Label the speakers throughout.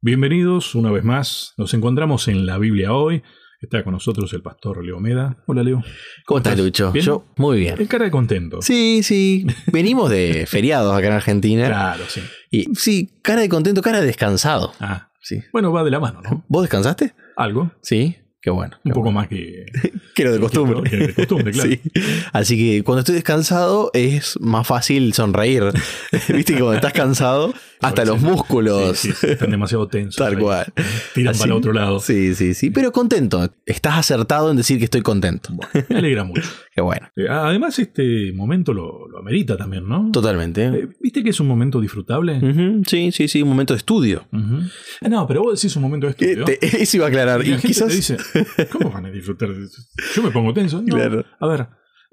Speaker 1: Bienvenidos una vez más. Nos encontramos en la Biblia hoy. Está con nosotros el pastor Leo Meda. Hola Leo.
Speaker 2: ¿Cómo estás, Lucho?
Speaker 1: ¿Bien?
Speaker 2: Yo, muy bien.
Speaker 1: El cara de contento.
Speaker 2: Sí, sí. Venimos de feriados acá en Argentina.
Speaker 1: Claro, sí.
Speaker 2: Y sí, cara de contento, cara de descansado.
Speaker 1: Ah,
Speaker 2: Sí.
Speaker 1: bueno, va de la mano, ¿no?
Speaker 2: ¿Vos descansaste?
Speaker 1: Algo.
Speaker 2: Sí. Qué bueno.
Speaker 1: Un poco más que,
Speaker 2: Que lo de costumbre.
Speaker 1: que de costumbre, claro.
Speaker 2: Sí. Así que cuando estoy descansado es más fácil sonreír. Viste que cuando estás cansado, hasta los músculos.
Speaker 1: Sí, sí, están demasiado tensos.
Speaker 2: Tal
Speaker 1: ahí.
Speaker 2: cual.
Speaker 1: Tiran
Speaker 2: Así-
Speaker 1: para el otro lado.
Speaker 2: Sí, sí, sí. Pero contento. Estás acertado en decir que estoy contento.
Speaker 1: Me alegra mucho.
Speaker 2: Qué bueno.
Speaker 1: Eh, Además, este momento lo, lo amerita también, ¿no?
Speaker 2: Totalmente.
Speaker 1: Eh, ¿Viste que es un momento disfrutable?
Speaker 2: Ujú, Sí, sí, sí. Un momento de estudio.
Speaker 1: Ujú. Ah, No, pero vos decís un momento de
Speaker 2: Eh,
Speaker 1: estudio.
Speaker 2: te- eso iba a aclarar.
Speaker 1: Y
Speaker 2: Y,
Speaker 1: la gente
Speaker 2: quizás.
Speaker 1: te dice, ¿cómo van a disfrutar de eso? Yo me pongo tenso. No,
Speaker 2: Claro.
Speaker 1: A ver,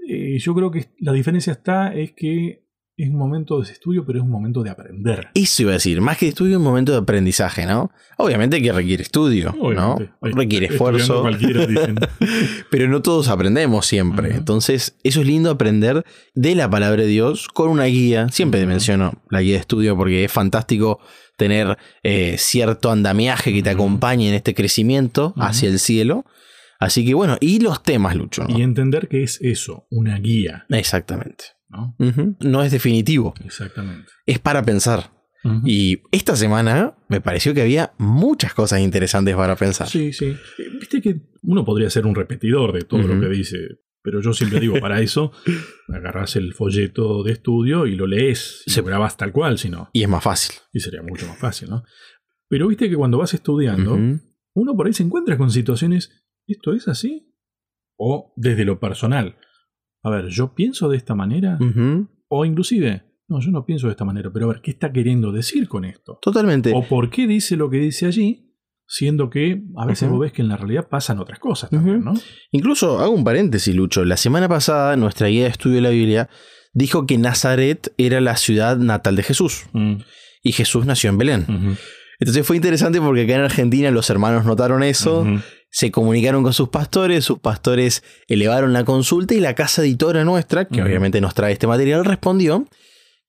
Speaker 1: eh, yo creo que la diferencia está es que es un momento de estudio, pero es un momento de aprender.
Speaker 2: Eso iba a decir, más que estudio, un momento de aprendizaje, ¿no? Obviamente que requiere estudio,
Speaker 1: Obviamente.
Speaker 2: ¿no?
Speaker 1: Ay,
Speaker 2: Requiere
Speaker 1: estudiando
Speaker 2: esfuerzo,
Speaker 1: Cualquiera, dicen.
Speaker 2: pero no todos aprendemos siempre.
Speaker 1: Ujú.
Speaker 2: Entonces, eso es lindo aprender de la palabra de Dios con una guía. Siempre
Speaker 1: Ujú.
Speaker 2: menciono la guía de estudio porque es fantástico tener eh, cierto andamiaje que te
Speaker 1: Ujú.
Speaker 2: acompañe en este crecimiento
Speaker 1: Ujú.
Speaker 2: hacia el cielo. Así que bueno, y los temas, Lucho. ¿no?
Speaker 1: Y entender que es eso, una guía,
Speaker 2: Exactamente.
Speaker 1: ¿no?
Speaker 2: Ujú. No es definitivo,
Speaker 1: Exactamente.
Speaker 2: es para pensar.
Speaker 1: Ujú.
Speaker 2: Y esta semana me pareció que había muchas cosas interesantes para pensar.
Speaker 1: Sí, sí. Eh, Viste que uno podría ser un repetidor de todo lo
Speaker 2: Ujú.
Speaker 1: que dice, pero yo siempre digo, para eso, agarrás el folleto de estudio y lo lees, y
Speaker 2: Sí.
Speaker 1: lo grabás tal cual, si no.
Speaker 2: Y es más fácil.
Speaker 1: Y sería mucho más fácil, ¿no? Pero viste que cuando vas estudiando,
Speaker 2: Ujú.
Speaker 1: uno por ahí se encuentra con situaciones, ¿esto es así? O desde lo personal, a ver, yo pienso de esta manera,
Speaker 2: Ujú.
Speaker 1: o inclusive, no, yo no pienso de esta manera, pero a ver, ¿qué está queriendo decir con esto?
Speaker 2: Totalmente.
Speaker 1: ¿O por qué dice lo que dice allí? Siendo que a veces
Speaker 2: Ujú.
Speaker 1: vos ves que en la realidad pasan otras cosas también, ¿no?
Speaker 2: Ujú. Incluso hago un paréntesis, Lucho. La semana pasada, nuestra guía de estudio de la Biblia dijo que Nazaret era la ciudad natal de Jesús.
Speaker 1: Mm,
Speaker 2: Y Jesús nació en Belén.
Speaker 1: ujú,
Speaker 2: Entonces fue interesante porque acá en Argentina los hermanos notaron eso,
Speaker 1: ujú.
Speaker 2: se comunicaron con sus pastores, sus pastores elevaron la consulta y la casa editora nuestra, que
Speaker 1: Ujú.
Speaker 2: obviamente nos trae este material, respondió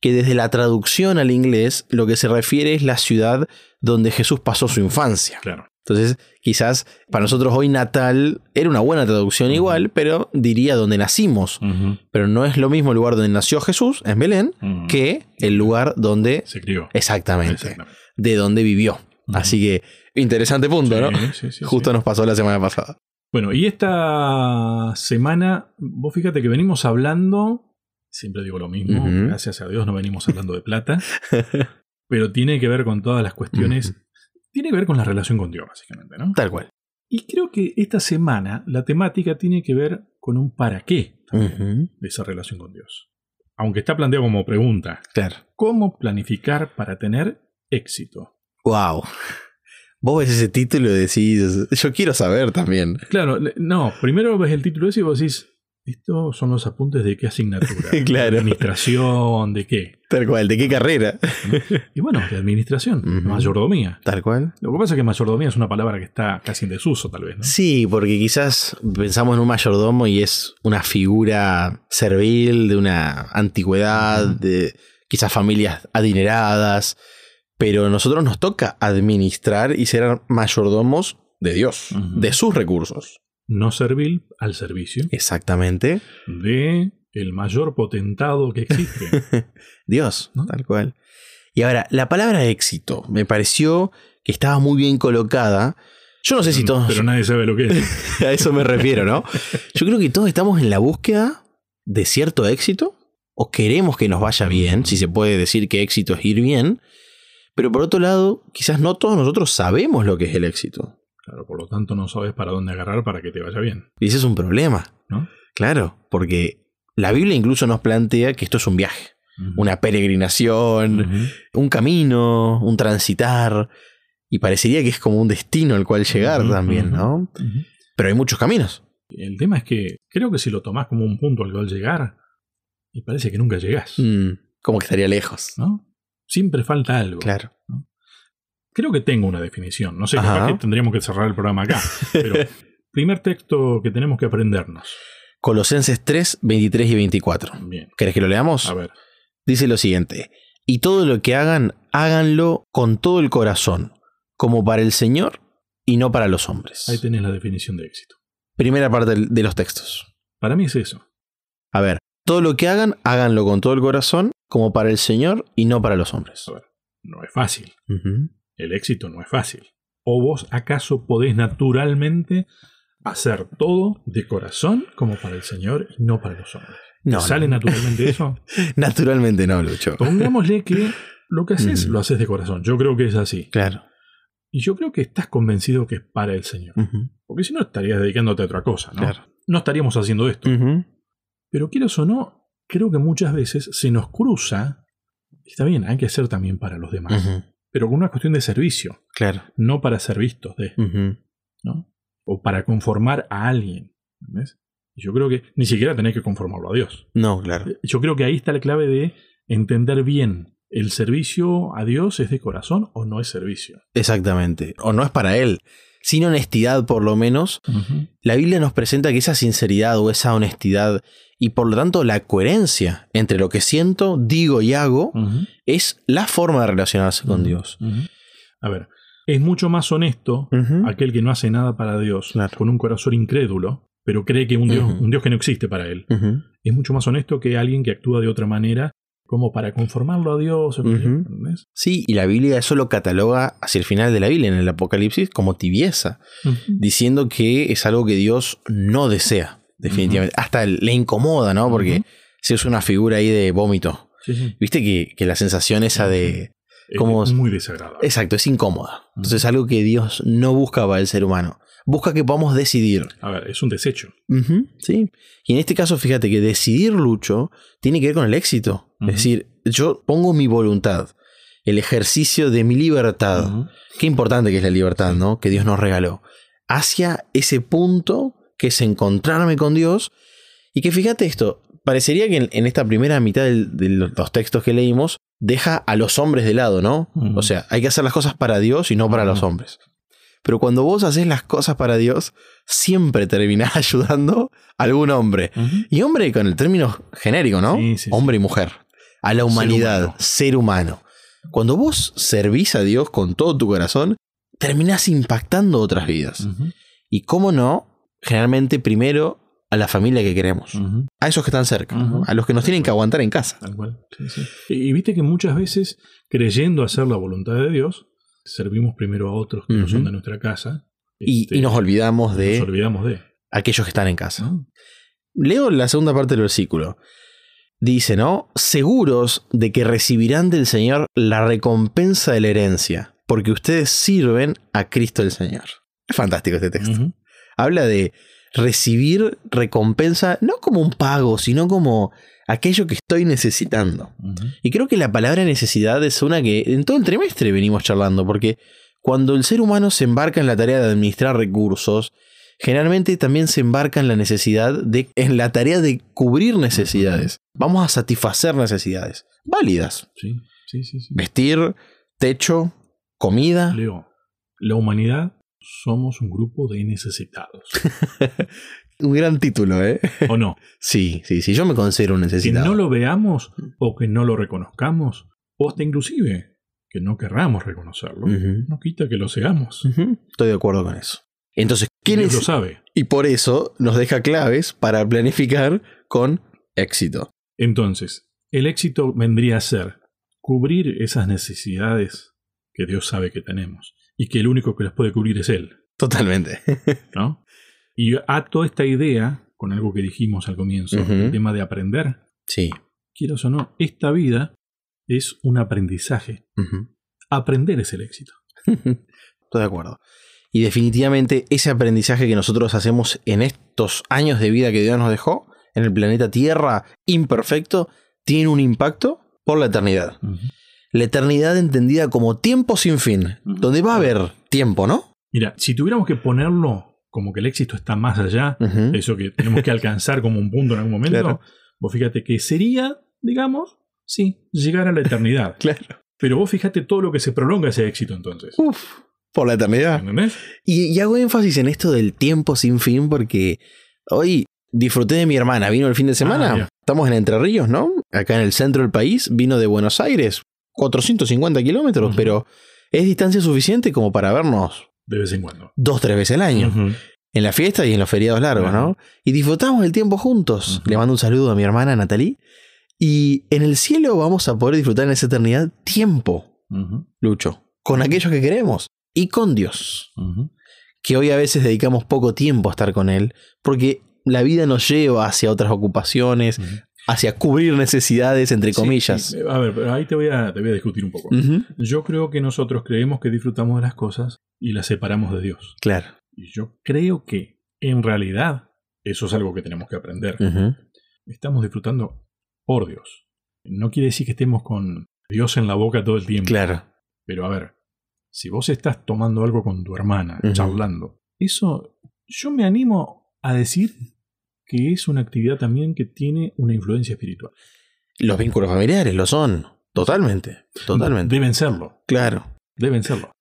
Speaker 2: que desde la traducción al inglés lo que se refiere es la ciudad donde Jesús pasó su infancia.
Speaker 1: Claro.
Speaker 2: Entonces, quizás para nosotros hoy Natal era una buena traducción
Speaker 1: Ujú.
Speaker 2: igual, pero diría donde nacimos.
Speaker 1: Ujú,
Speaker 2: Pero no es lo mismo el lugar donde nació Jesús, en Belén,
Speaker 1: ujú.
Speaker 2: que el lugar donde...
Speaker 1: Se crió.
Speaker 2: Exactamente.
Speaker 1: Exactamente.
Speaker 2: De donde vivió.
Speaker 1: Ujú.
Speaker 2: Así que, interesante punto, ¿no?
Speaker 1: Sí, sí, sí,
Speaker 2: Justo
Speaker 1: sí.
Speaker 2: nos pasó la semana pasada.
Speaker 1: Bueno, y esta semana, vos fíjate que venimos hablando, siempre digo lo mismo,
Speaker 2: Ujú.
Speaker 1: gracias a Dios no venimos hablando de plata, pero tiene que ver con todas las cuestiones, tiene que ver con la relación con Dios, básicamente, ¿no?
Speaker 2: Tal cual.
Speaker 1: Y creo que esta semana la temática tiene que ver con un para qué
Speaker 2: Ujú.
Speaker 1: de esa relación con Dios. Aunque está planteado como pregunta,
Speaker 2: Claro.
Speaker 1: ¿cómo planificar para tener éxito?
Speaker 2: Wow. Vos ves ese título y decís, yo quiero saber también.
Speaker 1: Claro, le- no, primero ves el título ese y vos decís, estos son los apuntes de qué asignatura.
Speaker 2: Claro.
Speaker 1: ¿De administración, de qué.
Speaker 2: Tal cual, ¿de qué carrera?
Speaker 1: Y bueno, de administración,
Speaker 2: Ujú.
Speaker 1: mayordomía.
Speaker 2: Tal cual.
Speaker 1: Lo que pasa es que mayordomía es una palabra que está casi en desuso, tal vez, ¿no?
Speaker 2: Sí, porque quizás pensamos en un mayordomo y es una figura servil de una antigüedad,
Speaker 1: Ujú.
Speaker 2: de quizás familias adineradas, pero nosotros nos toca administrar y ser mayordomos de Dios,
Speaker 1: Ujú.
Speaker 2: de sus recursos.
Speaker 1: No servil al servicio
Speaker 2: Eh. Exactamente.
Speaker 1: de el mayor potentado que existe.
Speaker 2: Dios,
Speaker 1: ¿No?
Speaker 2: tal cual. Y ahora, la palabra éxito me pareció que estaba muy bien colocada. Yo no sé si todos...
Speaker 1: Pero nadie sabe lo que es.
Speaker 2: A eso me refiero, ¿no? Yo creo que todos estamos en la búsqueda de cierto éxito o queremos que nos vaya bien, si se puede decir que éxito es ir bien, pero por otro lado, quizás no todos nosotros sabemos lo que es el éxito.
Speaker 1: Claro, por lo tanto no sabes para dónde agarrar para que te vaya bien,
Speaker 2: Y ese es un problema,
Speaker 1: ¿no?
Speaker 2: claro, porque la Biblia incluso nos plantea que esto es un viaje, una peregrinación,
Speaker 1: Ujú.
Speaker 2: un camino, un transitar, y parecería que es como un destino al cual llegar
Speaker 1: Ujú,
Speaker 2: también,
Speaker 1: ujú,
Speaker 2: ¿no?
Speaker 1: ujú.
Speaker 2: Pero hay muchos caminos.
Speaker 1: El tema es que creo que si lo tomás como un punto al cual llegar, y parece que nunca llegás,
Speaker 2: Mm, como que estaría lejos.
Speaker 1: ¿no? Siempre falta algo.
Speaker 2: Claro.
Speaker 1: Creo que tengo una definición. No sé,
Speaker 2: Ajá.
Speaker 1: capaz que tendríamos que cerrar el programa acá. Pero primer texto que tenemos que aprendernos.
Speaker 2: Colosenses 3, 23 y 24.
Speaker 1: Bien.
Speaker 2: ¿Querés que lo leamos?
Speaker 1: A ver.
Speaker 2: Dice lo siguiente, y todo lo que hagan, háganlo con todo el corazón, como para el Señor y no para los hombres.
Speaker 1: Ahí tenés la definición de éxito.
Speaker 2: Primera parte del- de los textos.
Speaker 1: Para mí es eso.
Speaker 2: A ver, todo lo que hagan, háganlo con todo el corazón, como para el Señor y no para los hombres.
Speaker 1: No es fácil.
Speaker 2: Ujú.
Speaker 1: El éxito no es fácil. ¿O vos acaso podés naturalmente hacer todo de corazón como para el Señor y no para los hombres?
Speaker 2: No,
Speaker 1: ¿Sale naturalmente eso?
Speaker 2: no, naturalmente no, Lucho.
Speaker 1: Pongámosle que lo que haces
Speaker 2: Ujú.
Speaker 1: lo haces de corazón. Yo creo que es así.
Speaker 2: Claro.
Speaker 1: Y yo creo que estás convencido que es para el Señor.
Speaker 2: Ujú,
Speaker 1: Porque si no estarías dedicándote a otra cosa, ¿no?
Speaker 2: Claro. Mm.
Speaker 1: No estaríamos haciendo esto.
Speaker 2: Ujú.
Speaker 1: Pero quieras o no, creo que muchas veces se nos cruza. Está bien, hay que hacer también para los demás.
Speaker 2: Ujú.
Speaker 1: Pero con una cuestión de servicio,
Speaker 2: Claro.
Speaker 1: no para ser vistos de.
Speaker 2: Ujú.
Speaker 1: ¿no? O para conformar a alguien. ¿entendés? Y Yo creo que ni siquiera tenés que conformarlo a Dios.
Speaker 2: No, claro.
Speaker 1: Yo creo que ahí está la clave de entender bien. ¿El servicio a Dios es de corazón o no es servicio?
Speaker 2: Exactamente. O no es para él. Sin honestidad, por lo menos, la Biblia nos presenta que esa sinceridad o esa honestidad y por lo tanto la coherencia entre lo que siento, digo y hago
Speaker 1: Ujú.
Speaker 2: es la forma de relacionarse con
Speaker 1: Ujú.
Speaker 2: Dios.
Speaker 1: Ujú. A ver, es mucho más honesto
Speaker 2: Ujú.
Speaker 1: aquel que no hace nada para Dios,
Speaker 2: ¿Mm? Claro.
Speaker 1: con un corazón incrédulo, pero cree que un Dios,
Speaker 2: Ujú.
Speaker 1: un Dios que no existe para él,
Speaker 2: Ujú.
Speaker 1: es mucho más honesto que alguien que actúa de otra manera, como para conformarlo a Dios.
Speaker 2: Ujú.
Speaker 1: ¿entendés?
Speaker 2: Sí, y la Biblia eso lo cataloga hacia el final de la Biblia, en el Apocalipsis, como tibieza,
Speaker 1: Ujú.
Speaker 2: diciendo que es algo que Dios no desea, definitivamente. Hasta le incomoda, ¿no? Porque
Speaker 1: Ujú.
Speaker 2: si es una figura ahí de vómito.
Speaker 1: Sí, sí.
Speaker 2: Viste que, que la sensación esa de...
Speaker 1: Es
Speaker 2: Como-
Speaker 1: muy desagradable.
Speaker 2: Exacto, es incómoda. Entonces
Speaker 1: Ujú.
Speaker 2: algo que Dios no busca para el ser humano. Busca que podamos decidir.
Speaker 1: A ver, es un desecho.
Speaker 2: Ujú, sí. Y en este caso, fíjate que decidir, Lucho, tiene que ver con el éxito.
Speaker 1: Ujú.
Speaker 2: Es decir, yo pongo mi voluntad, el ejercicio de mi libertad.
Speaker 1: Ujú.
Speaker 2: Qué importante que es la libertad, ¿no? Que Dios nos regaló. Hacia ese punto que es encontrarme con Dios. Y que fíjate esto, parecería que en, en esta primera mitad del- de los los textos que leímos, deja a los hombres de lado, ¿no?
Speaker 1: Ujú.
Speaker 2: O sea, hay que hacer las cosas para Dios y no para los
Speaker 1: Ujú.
Speaker 2: hombres. Pero cuando vos haces las cosas para Dios, siempre terminás ayudando a algún hombre.
Speaker 1: Ujú.
Speaker 2: Y hombre con el término genérico, ¿no?
Speaker 1: Sí, sí, sí.
Speaker 2: hombre y mujer. A la humanidad,
Speaker 1: humano.
Speaker 2: ser humano. Cuando vos servís a Dios con todo tu corazón, terminás impactando otras vidas.
Speaker 1: Ujú.
Speaker 2: Y cómo no, generalmente primero a la familia que queremos.
Speaker 1: Ujú.
Speaker 2: A esos que están cerca, ¿no?
Speaker 1: Mm. Ujú.
Speaker 2: a los que nos tienen que aguantar en casa.
Speaker 1: Tal cual. Sí, sí. Y, y viste que muchas veces, creyendo hacer la voluntad de Dios, servimos primero a otros que no
Speaker 2: Ujú.
Speaker 1: son de nuestra casa.
Speaker 2: Y,
Speaker 1: este,
Speaker 2: y nos olvidamos de
Speaker 1: nos olvidamos de.
Speaker 2: aquellos que están en casa.
Speaker 1: ¿no?
Speaker 2: Leo la segunda parte del versículo. Dice, ¿no? Seguros de que recibirán del Señor la recompensa de la herencia, porque ustedes sirven a Cristo el Señor. Es fantástico este texto.
Speaker 1: Ujú.
Speaker 2: Habla de recibir recompensa, no como un pago, sino como aquello que estoy necesitando.
Speaker 1: Ujú.
Speaker 2: Y creo que la palabra necesidad es una que en todo el trimestre venimos charlando, porque cuando el ser humano se embarca en la tarea de administrar recursos, generalmente también se embarca en la necesidad de, en la tarea de cubrir necesidades. Vamos a satisfacer necesidades válidas.
Speaker 1: Sí, sí, sí, sí.
Speaker 2: Vestir, techo, comida.
Speaker 1: Leo, la humanidad somos un grupo de necesitados.
Speaker 2: Un gran título, ¿eh?
Speaker 1: ¿O no?
Speaker 2: Sí, sí, sí, yo me considero un
Speaker 1: Que
Speaker 2: necesitado.
Speaker 1: no lo veamos
Speaker 2: Mm.
Speaker 1: o que no lo reconozcamos, o hasta inclusive que no querramos reconocerlo,
Speaker 2: Ujú.
Speaker 1: no quita que lo seamos.
Speaker 2: Ujú, Estoy de acuerdo con eso. Entonces, ¿quién
Speaker 1: Dios
Speaker 2: es?
Speaker 1: lo sabe.
Speaker 2: Y por eso nos deja claves para planificar con éxito.
Speaker 1: Entonces, el éxito vendría a ser cubrir esas necesidades que Dios sabe que tenemos y que el único que las puede cubrir es Él,
Speaker 2: Totalmente.
Speaker 1: ¿no? Y yo ato esta idea con algo que dijimos al comienzo,
Speaker 2: Ujú.
Speaker 1: el tema de aprender.
Speaker 2: Sí.
Speaker 1: Quieras o no, esta vida es un aprendizaje. Aprender es el éxito.
Speaker 2: Estoy de acuerdo. Y definitivamente ese aprendizaje que nosotros hacemos en estos años de vida que Dios nos dejó, en el planeta Tierra imperfecto, tiene un impacto por la eternidad. La eternidad entendida como tiempo sin fin,
Speaker 1: Ujú.
Speaker 2: donde va a haber tiempo, ¿no?
Speaker 1: Mira, si tuviéramos que ponerlo como que el éxito está más allá,
Speaker 2: Ujú.
Speaker 1: eso que tenemos que alcanzar como un punto en algún momento,
Speaker 2: Claro.
Speaker 1: vos fíjate que sería, digamos, sí, llegar a la eternidad.
Speaker 2: Claro.
Speaker 1: Pero vos fíjate todo lo que se prolonga ese éxito entonces.
Speaker 2: Uf, por la eternidad.
Speaker 1: ¿Entendés?
Speaker 2: Y, y hago énfasis en esto del tiempo sin fin porque hoy disfruté de mi hermana, vino el fin de semana,
Speaker 1: Ah, ya.
Speaker 2: estamos en Entre Ríos, ¿no? Acá en el centro del país, vino de Buenos Aires, 450 kilómetros,
Speaker 1: Ujú.
Speaker 2: pero es distancia suficiente como para vernos
Speaker 1: de vez en cuando.
Speaker 2: dos, tres veces al año.
Speaker 1: Ujú.
Speaker 2: En la fiesta y en los feriados largos, ¿no? Y disfrutamos el tiempo juntos.
Speaker 1: Ujú.
Speaker 2: Le mando un saludo a mi hermana Natalie. Y en el cielo vamos a poder disfrutar en esa eternidad tiempo,
Speaker 1: Ujú.
Speaker 2: Lucho, con aquellos que queremos y con Dios,
Speaker 1: Ujú.
Speaker 2: que hoy a veces dedicamos poco tiempo a estar con Él, porque la vida nos lleva hacia otras ocupaciones,
Speaker 1: Ujú.
Speaker 2: hacia cubrir necesidades, entre
Speaker 1: Sí,
Speaker 2: comillas.
Speaker 1: sí. A ver, pero ahí te voy a, te voy a discutir un poco.
Speaker 2: Ujú,
Speaker 1: Yo creo que nosotros creemos que disfrutamos de las cosas y las separamos de Dios.
Speaker 2: Claro.
Speaker 1: Y yo creo que, en realidad, eso es algo que tenemos que aprender.
Speaker 2: Ujú,
Speaker 1: Estamos disfrutando por Dios. No quiere decir que estemos con Dios en la boca todo el tiempo.
Speaker 2: Claro.
Speaker 1: Pero a ver, si vos estás tomando algo con tu hermana,
Speaker 2: Ujú.
Speaker 1: charlando, eso yo me animo a decir que es una actividad también que tiene una influencia espiritual.
Speaker 2: Los vínculos familiares lo son. Totalmente. Totalmente.
Speaker 1: Deben serlo,
Speaker 2: Claro.
Speaker 1: deben serlo.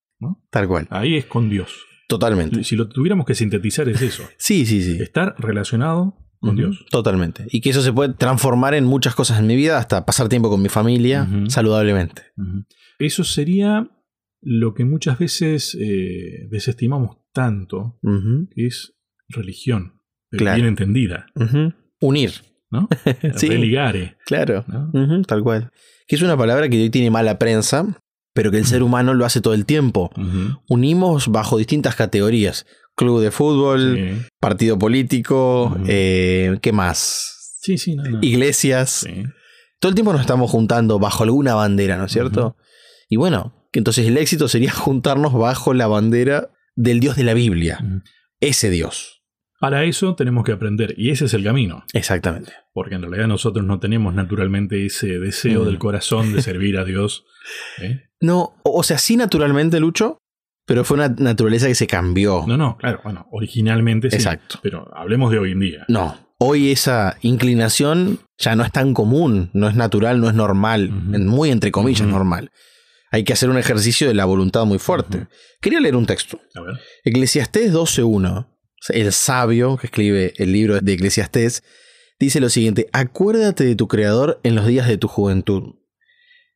Speaker 2: Tal cual.
Speaker 1: Ahí es con Dios.
Speaker 2: Totalmente.
Speaker 1: Si lo tuviéramos que sintetizar es eso,
Speaker 2: Sí, sí, sí.
Speaker 1: estar relacionado Eh, con
Speaker 2: Ujú,
Speaker 1: Dios.
Speaker 2: Totalmente. Y que eso se puede transformar en muchas cosas en mi vida, hasta pasar tiempo con mi familia
Speaker 1: Ujú.
Speaker 2: saludablemente.
Speaker 1: Ujú. Eso sería lo que muchas veces eh, desestimamos tanto, que es religión, pero
Speaker 2: Claro.
Speaker 1: bien entendida,
Speaker 2: Ujú. Unir.
Speaker 1: ¿no?
Speaker 2: Sí.
Speaker 1: Religare,
Speaker 2: Claro.
Speaker 1: ¿no?
Speaker 2: Ujú, tal cual. Que es una palabra que hoy tiene mala prensa, pero que el ser humano lo hace todo el tiempo.
Speaker 1: Ujú.
Speaker 2: Unimos bajo distintas categorías. Club de fútbol,
Speaker 1: Sí.
Speaker 2: partido político,
Speaker 1: Ujú.
Speaker 2: eh, ¿qué más?
Speaker 1: Sí, sí, no, no.
Speaker 2: Iglesias.
Speaker 1: Sí.
Speaker 2: Todo el tiempo nos estamos juntando bajo alguna bandera, ¿no es cierto?
Speaker 1: Ujú.
Speaker 2: Y bueno, que entonces el éxito sería juntarnos bajo la bandera del Dios de la Biblia.
Speaker 1: Ujú.
Speaker 2: Ese Dios.
Speaker 1: Para eso tenemos que aprender, y ese es el camino,
Speaker 2: Exactamente.
Speaker 1: porque en realidad nosotros no tenemos naturalmente ese deseo
Speaker 2: Mm.
Speaker 1: del corazón de servir a Dios. ¿eh?
Speaker 2: No, o o sea, sí naturalmente, Lucho, pero fue una naturaleza que se cambió.
Speaker 1: No, no, claro, bueno, originalmente sí,
Speaker 2: Exacto.
Speaker 1: pero hablemos de hoy en día.
Speaker 2: No. Hoy esa inclinación ya no es tan común, no es natural, no es normal,
Speaker 1: Ujú.
Speaker 2: en- muy entre comillas
Speaker 1: Ujú.
Speaker 2: normal. Hay que hacer un ejercicio de la voluntad muy fuerte.
Speaker 1: Ujú.
Speaker 2: Quería leer un texto.
Speaker 1: A ver.
Speaker 2: Eclesiastés 12.1, el sabio que escribe el libro de Eclesiastés, dice lo siguiente, acuérdate de tu Creador en los días de tu juventud,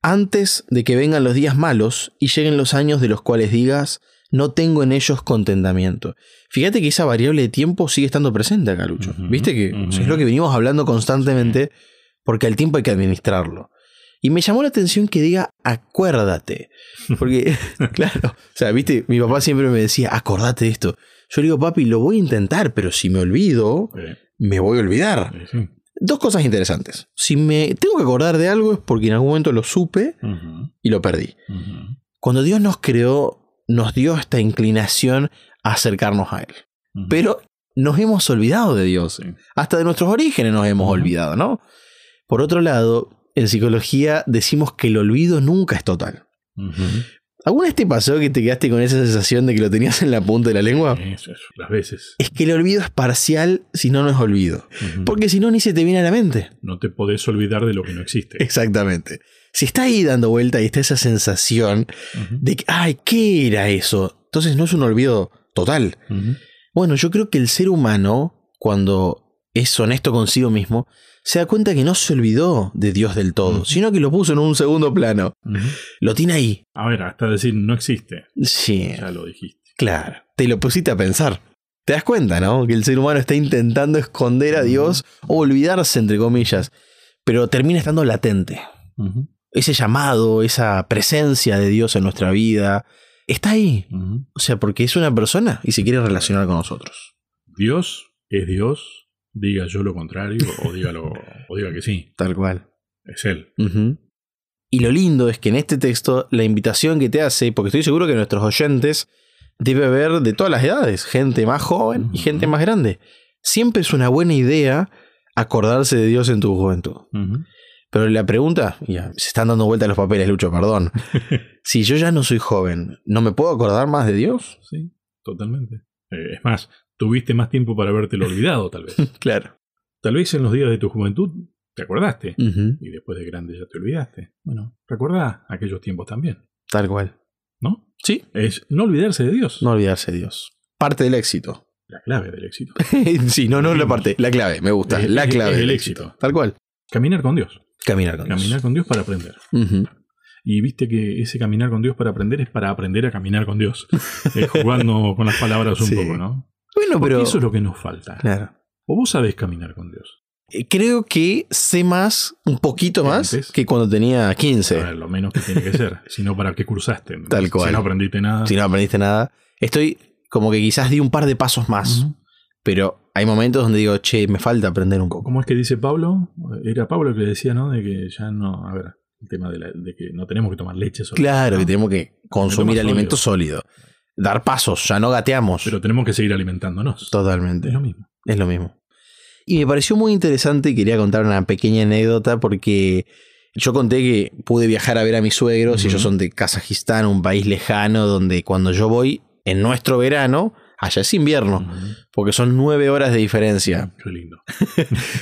Speaker 2: antes de que vengan los días malos y lleguen los años de los cuales digas, no tengo en ellos contentamiento. Fíjate que esa variable de tiempo sigue estando presente acá, Lucho.
Speaker 1: Ujú,
Speaker 2: Viste que
Speaker 1: ujú.
Speaker 2: es lo que venimos hablando constantemente, porque al tiempo hay que administrarlo. Y me llamó la atención que diga, acuérdate. Porque, claro, o sea, viste, mi papá siempre me decía, acordate de esto. Yo le digo, papi, lo voy a intentar, pero si me olvido,
Speaker 1: Eh,
Speaker 2: me voy a olvidar.
Speaker 1: eh, sí.
Speaker 2: Dos cosas interesantes. Si me tengo que acordar de algo es porque en algún momento lo supe
Speaker 1: Ujú,
Speaker 2: y lo perdí.
Speaker 1: ujú,
Speaker 2: Cuando Dios nos creó, nos dio esta inclinación a acercarnos a Él.
Speaker 1: ujú.
Speaker 2: Pero nos hemos olvidado de Dios.
Speaker 1: Sí.
Speaker 2: Hasta de nuestros orígenes nos hemos
Speaker 1: Ujú.
Speaker 2: olvidado, ¿no? Por otro lado, en psicología decimos que el olvido nunca es total.
Speaker 1: Ujú.
Speaker 2: ¿Alguna vez te pasó que te quedaste con esa sensación de que lo tenías en la punta de la lengua?
Speaker 1: Eso, eso, las veces.
Speaker 2: Es que el olvido es parcial si no no es olvido.
Speaker 1: Ujú.
Speaker 2: Porque si no, ni se te viene a la mente.
Speaker 1: No te podés olvidar de lo que no existe.
Speaker 2: Exactamente. Si está ahí dando vuelta y está esa sensación
Speaker 1: Ujú,
Speaker 2: de que, ay, ¿qué era eso? Entonces no es un olvido total.
Speaker 1: ujú.
Speaker 2: Bueno, yo creo que el ser humano, cuando es honesto consigo mismo, se da cuenta que no se olvidó de Dios del todo,
Speaker 1: Ujú.
Speaker 2: sino que lo puso en un segundo plano.
Speaker 1: Ujú.
Speaker 2: Lo tiene ahí.
Speaker 1: A ver, hasta decir no existe.
Speaker 2: Sí,
Speaker 1: Ya lo dijiste.
Speaker 2: claro. Te lo pusiste a pensar. Te das cuenta, ¿no? Que el ser humano está intentando esconder a
Speaker 1: Ujú.
Speaker 2: Dios o olvidarse, entre comillas, pero termina estando latente.
Speaker 1: Ujú,
Speaker 2: Ese llamado, esa presencia de Dios en nuestra vida, está ahí.
Speaker 1: ujú.
Speaker 2: O sea, porque es una persona y se quiere relacionar con nosotros.
Speaker 1: Dios es Dios, diga yo lo contrario o diga, lo- o diga que sí,
Speaker 2: Tal cual.
Speaker 1: es Él.
Speaker 2: Ujú. Y lo lindo es que en este texto la invitación que te hace, porque estoy seguro que nuestros oyentes debe haber de todas las edades, gente más joven y
Speaker 1: Ujú.
Speaker 2: gente más grande. Siempre es una buena idea acordarse de Dios en tu juventud.
Speaker 1: Ujú.
Speaker 2: Pero la pregunta, ya, se están dando vuelta los papeles, Lucho, perdón. si yo ya no soy joven, ¿no me puedo acordar más de Dios?
Speaker 1: Sí, totalmente. Eh, es más, tuviste más tiempo para habértelo olvidado, tal vez.
Speaker 2: Claro.
Speaker 1: Tal vez en los días de tu juventud te acordaste y después de grande ya te olvidaste. Bueno, recordá aquellos tiempos también,
Speaker 2: Tal cual.
Speaker 1: ¿no?
Speaker 2: Sí.
Speaker 1: Es no olvidarse de Dios.
Speaker 2: No olvidarse de Dios. Parte del éxito.
Speaker 1: La clave del éxito.
Speaker 2: sí, no, no la parte, la clave, me gusta.
Speaker 1: Es-
Speaker 2: La
Speaker 1: es-
Speaker 2: clave
Speaker 1: es el
Speaker 2: del
Speaker 1: éxito.
Speaker 2: Tal cual.
Speaker 1: Caminar con Dios.
Speaker 2: Caminar con Dios.
Speaker 1: Caminar con Dios para aprender.
Speaker 2: Ujú.
Speaker 1: Y viste que ese caminar con Dios para aprender es para aprender a caminar con Dios. eh, jugando con las palabras un
Speaker 2: Sí.
Speaker 1: poco, ¿no?
Speaker 2: Bueno,
Speaker 1: Porque
Speaker 2: pero.
Speaker 1: eso es lo que nos falta.
Speaker 2: Claro.
Speaker 1: O vos sabés caminar con Dios.
Speaker 2: Eh, Creo que sé más, un poquito más,
Speaker 1: Antes.
Speaker 2: que cuando tenía 15.
Speaker 1: A ver, lo menos que tiene que ser. si no, ¿para qué cursaste?
Speaker 2: Tal cual.
Speaker 1: Si no aprendiste nada.
Speaker 2: Si no aprendiste nada. Estoy como que quizás di un par de pasos más.
Speaker 1: Ujú.
Speaker 2: Pero hay momentos donde digo, che, me falta aprender un poco.
Speaker 1: ¿Cómo es que dice Pablo? Era Pablo que decía, ¿no? De que ya no. A ver, el tema de, la- de que no tenemos que tomar leche solo.
Speaker 2: Claro, que tenemos que consumir
Speaker 1: Alimentos más
Speaker 2: alimentos sólidos. Dar pasos, ya no gateamos.
Speaker 1: Pero tenemos que seguir alimentándonos.
Speaker 2: Totalmente.
Speaker 1: Es lo mismo.
Speaker 2: Es lo mismo. Y me pareció muy interesante y quería contar una pequeña anécdota porque yo conté que pude viajar a ver a mis suegros y
Speaker 1: Ujú.
Speaker 2: ellos son de Kazajistán, un país lejano donde cuando yo voy en nuestro verano, allá es invierno,
Speaker 1: Ujú.
Speaker 2: porque son nueve horas de diferencia.
Speaker 1: Qué lindo.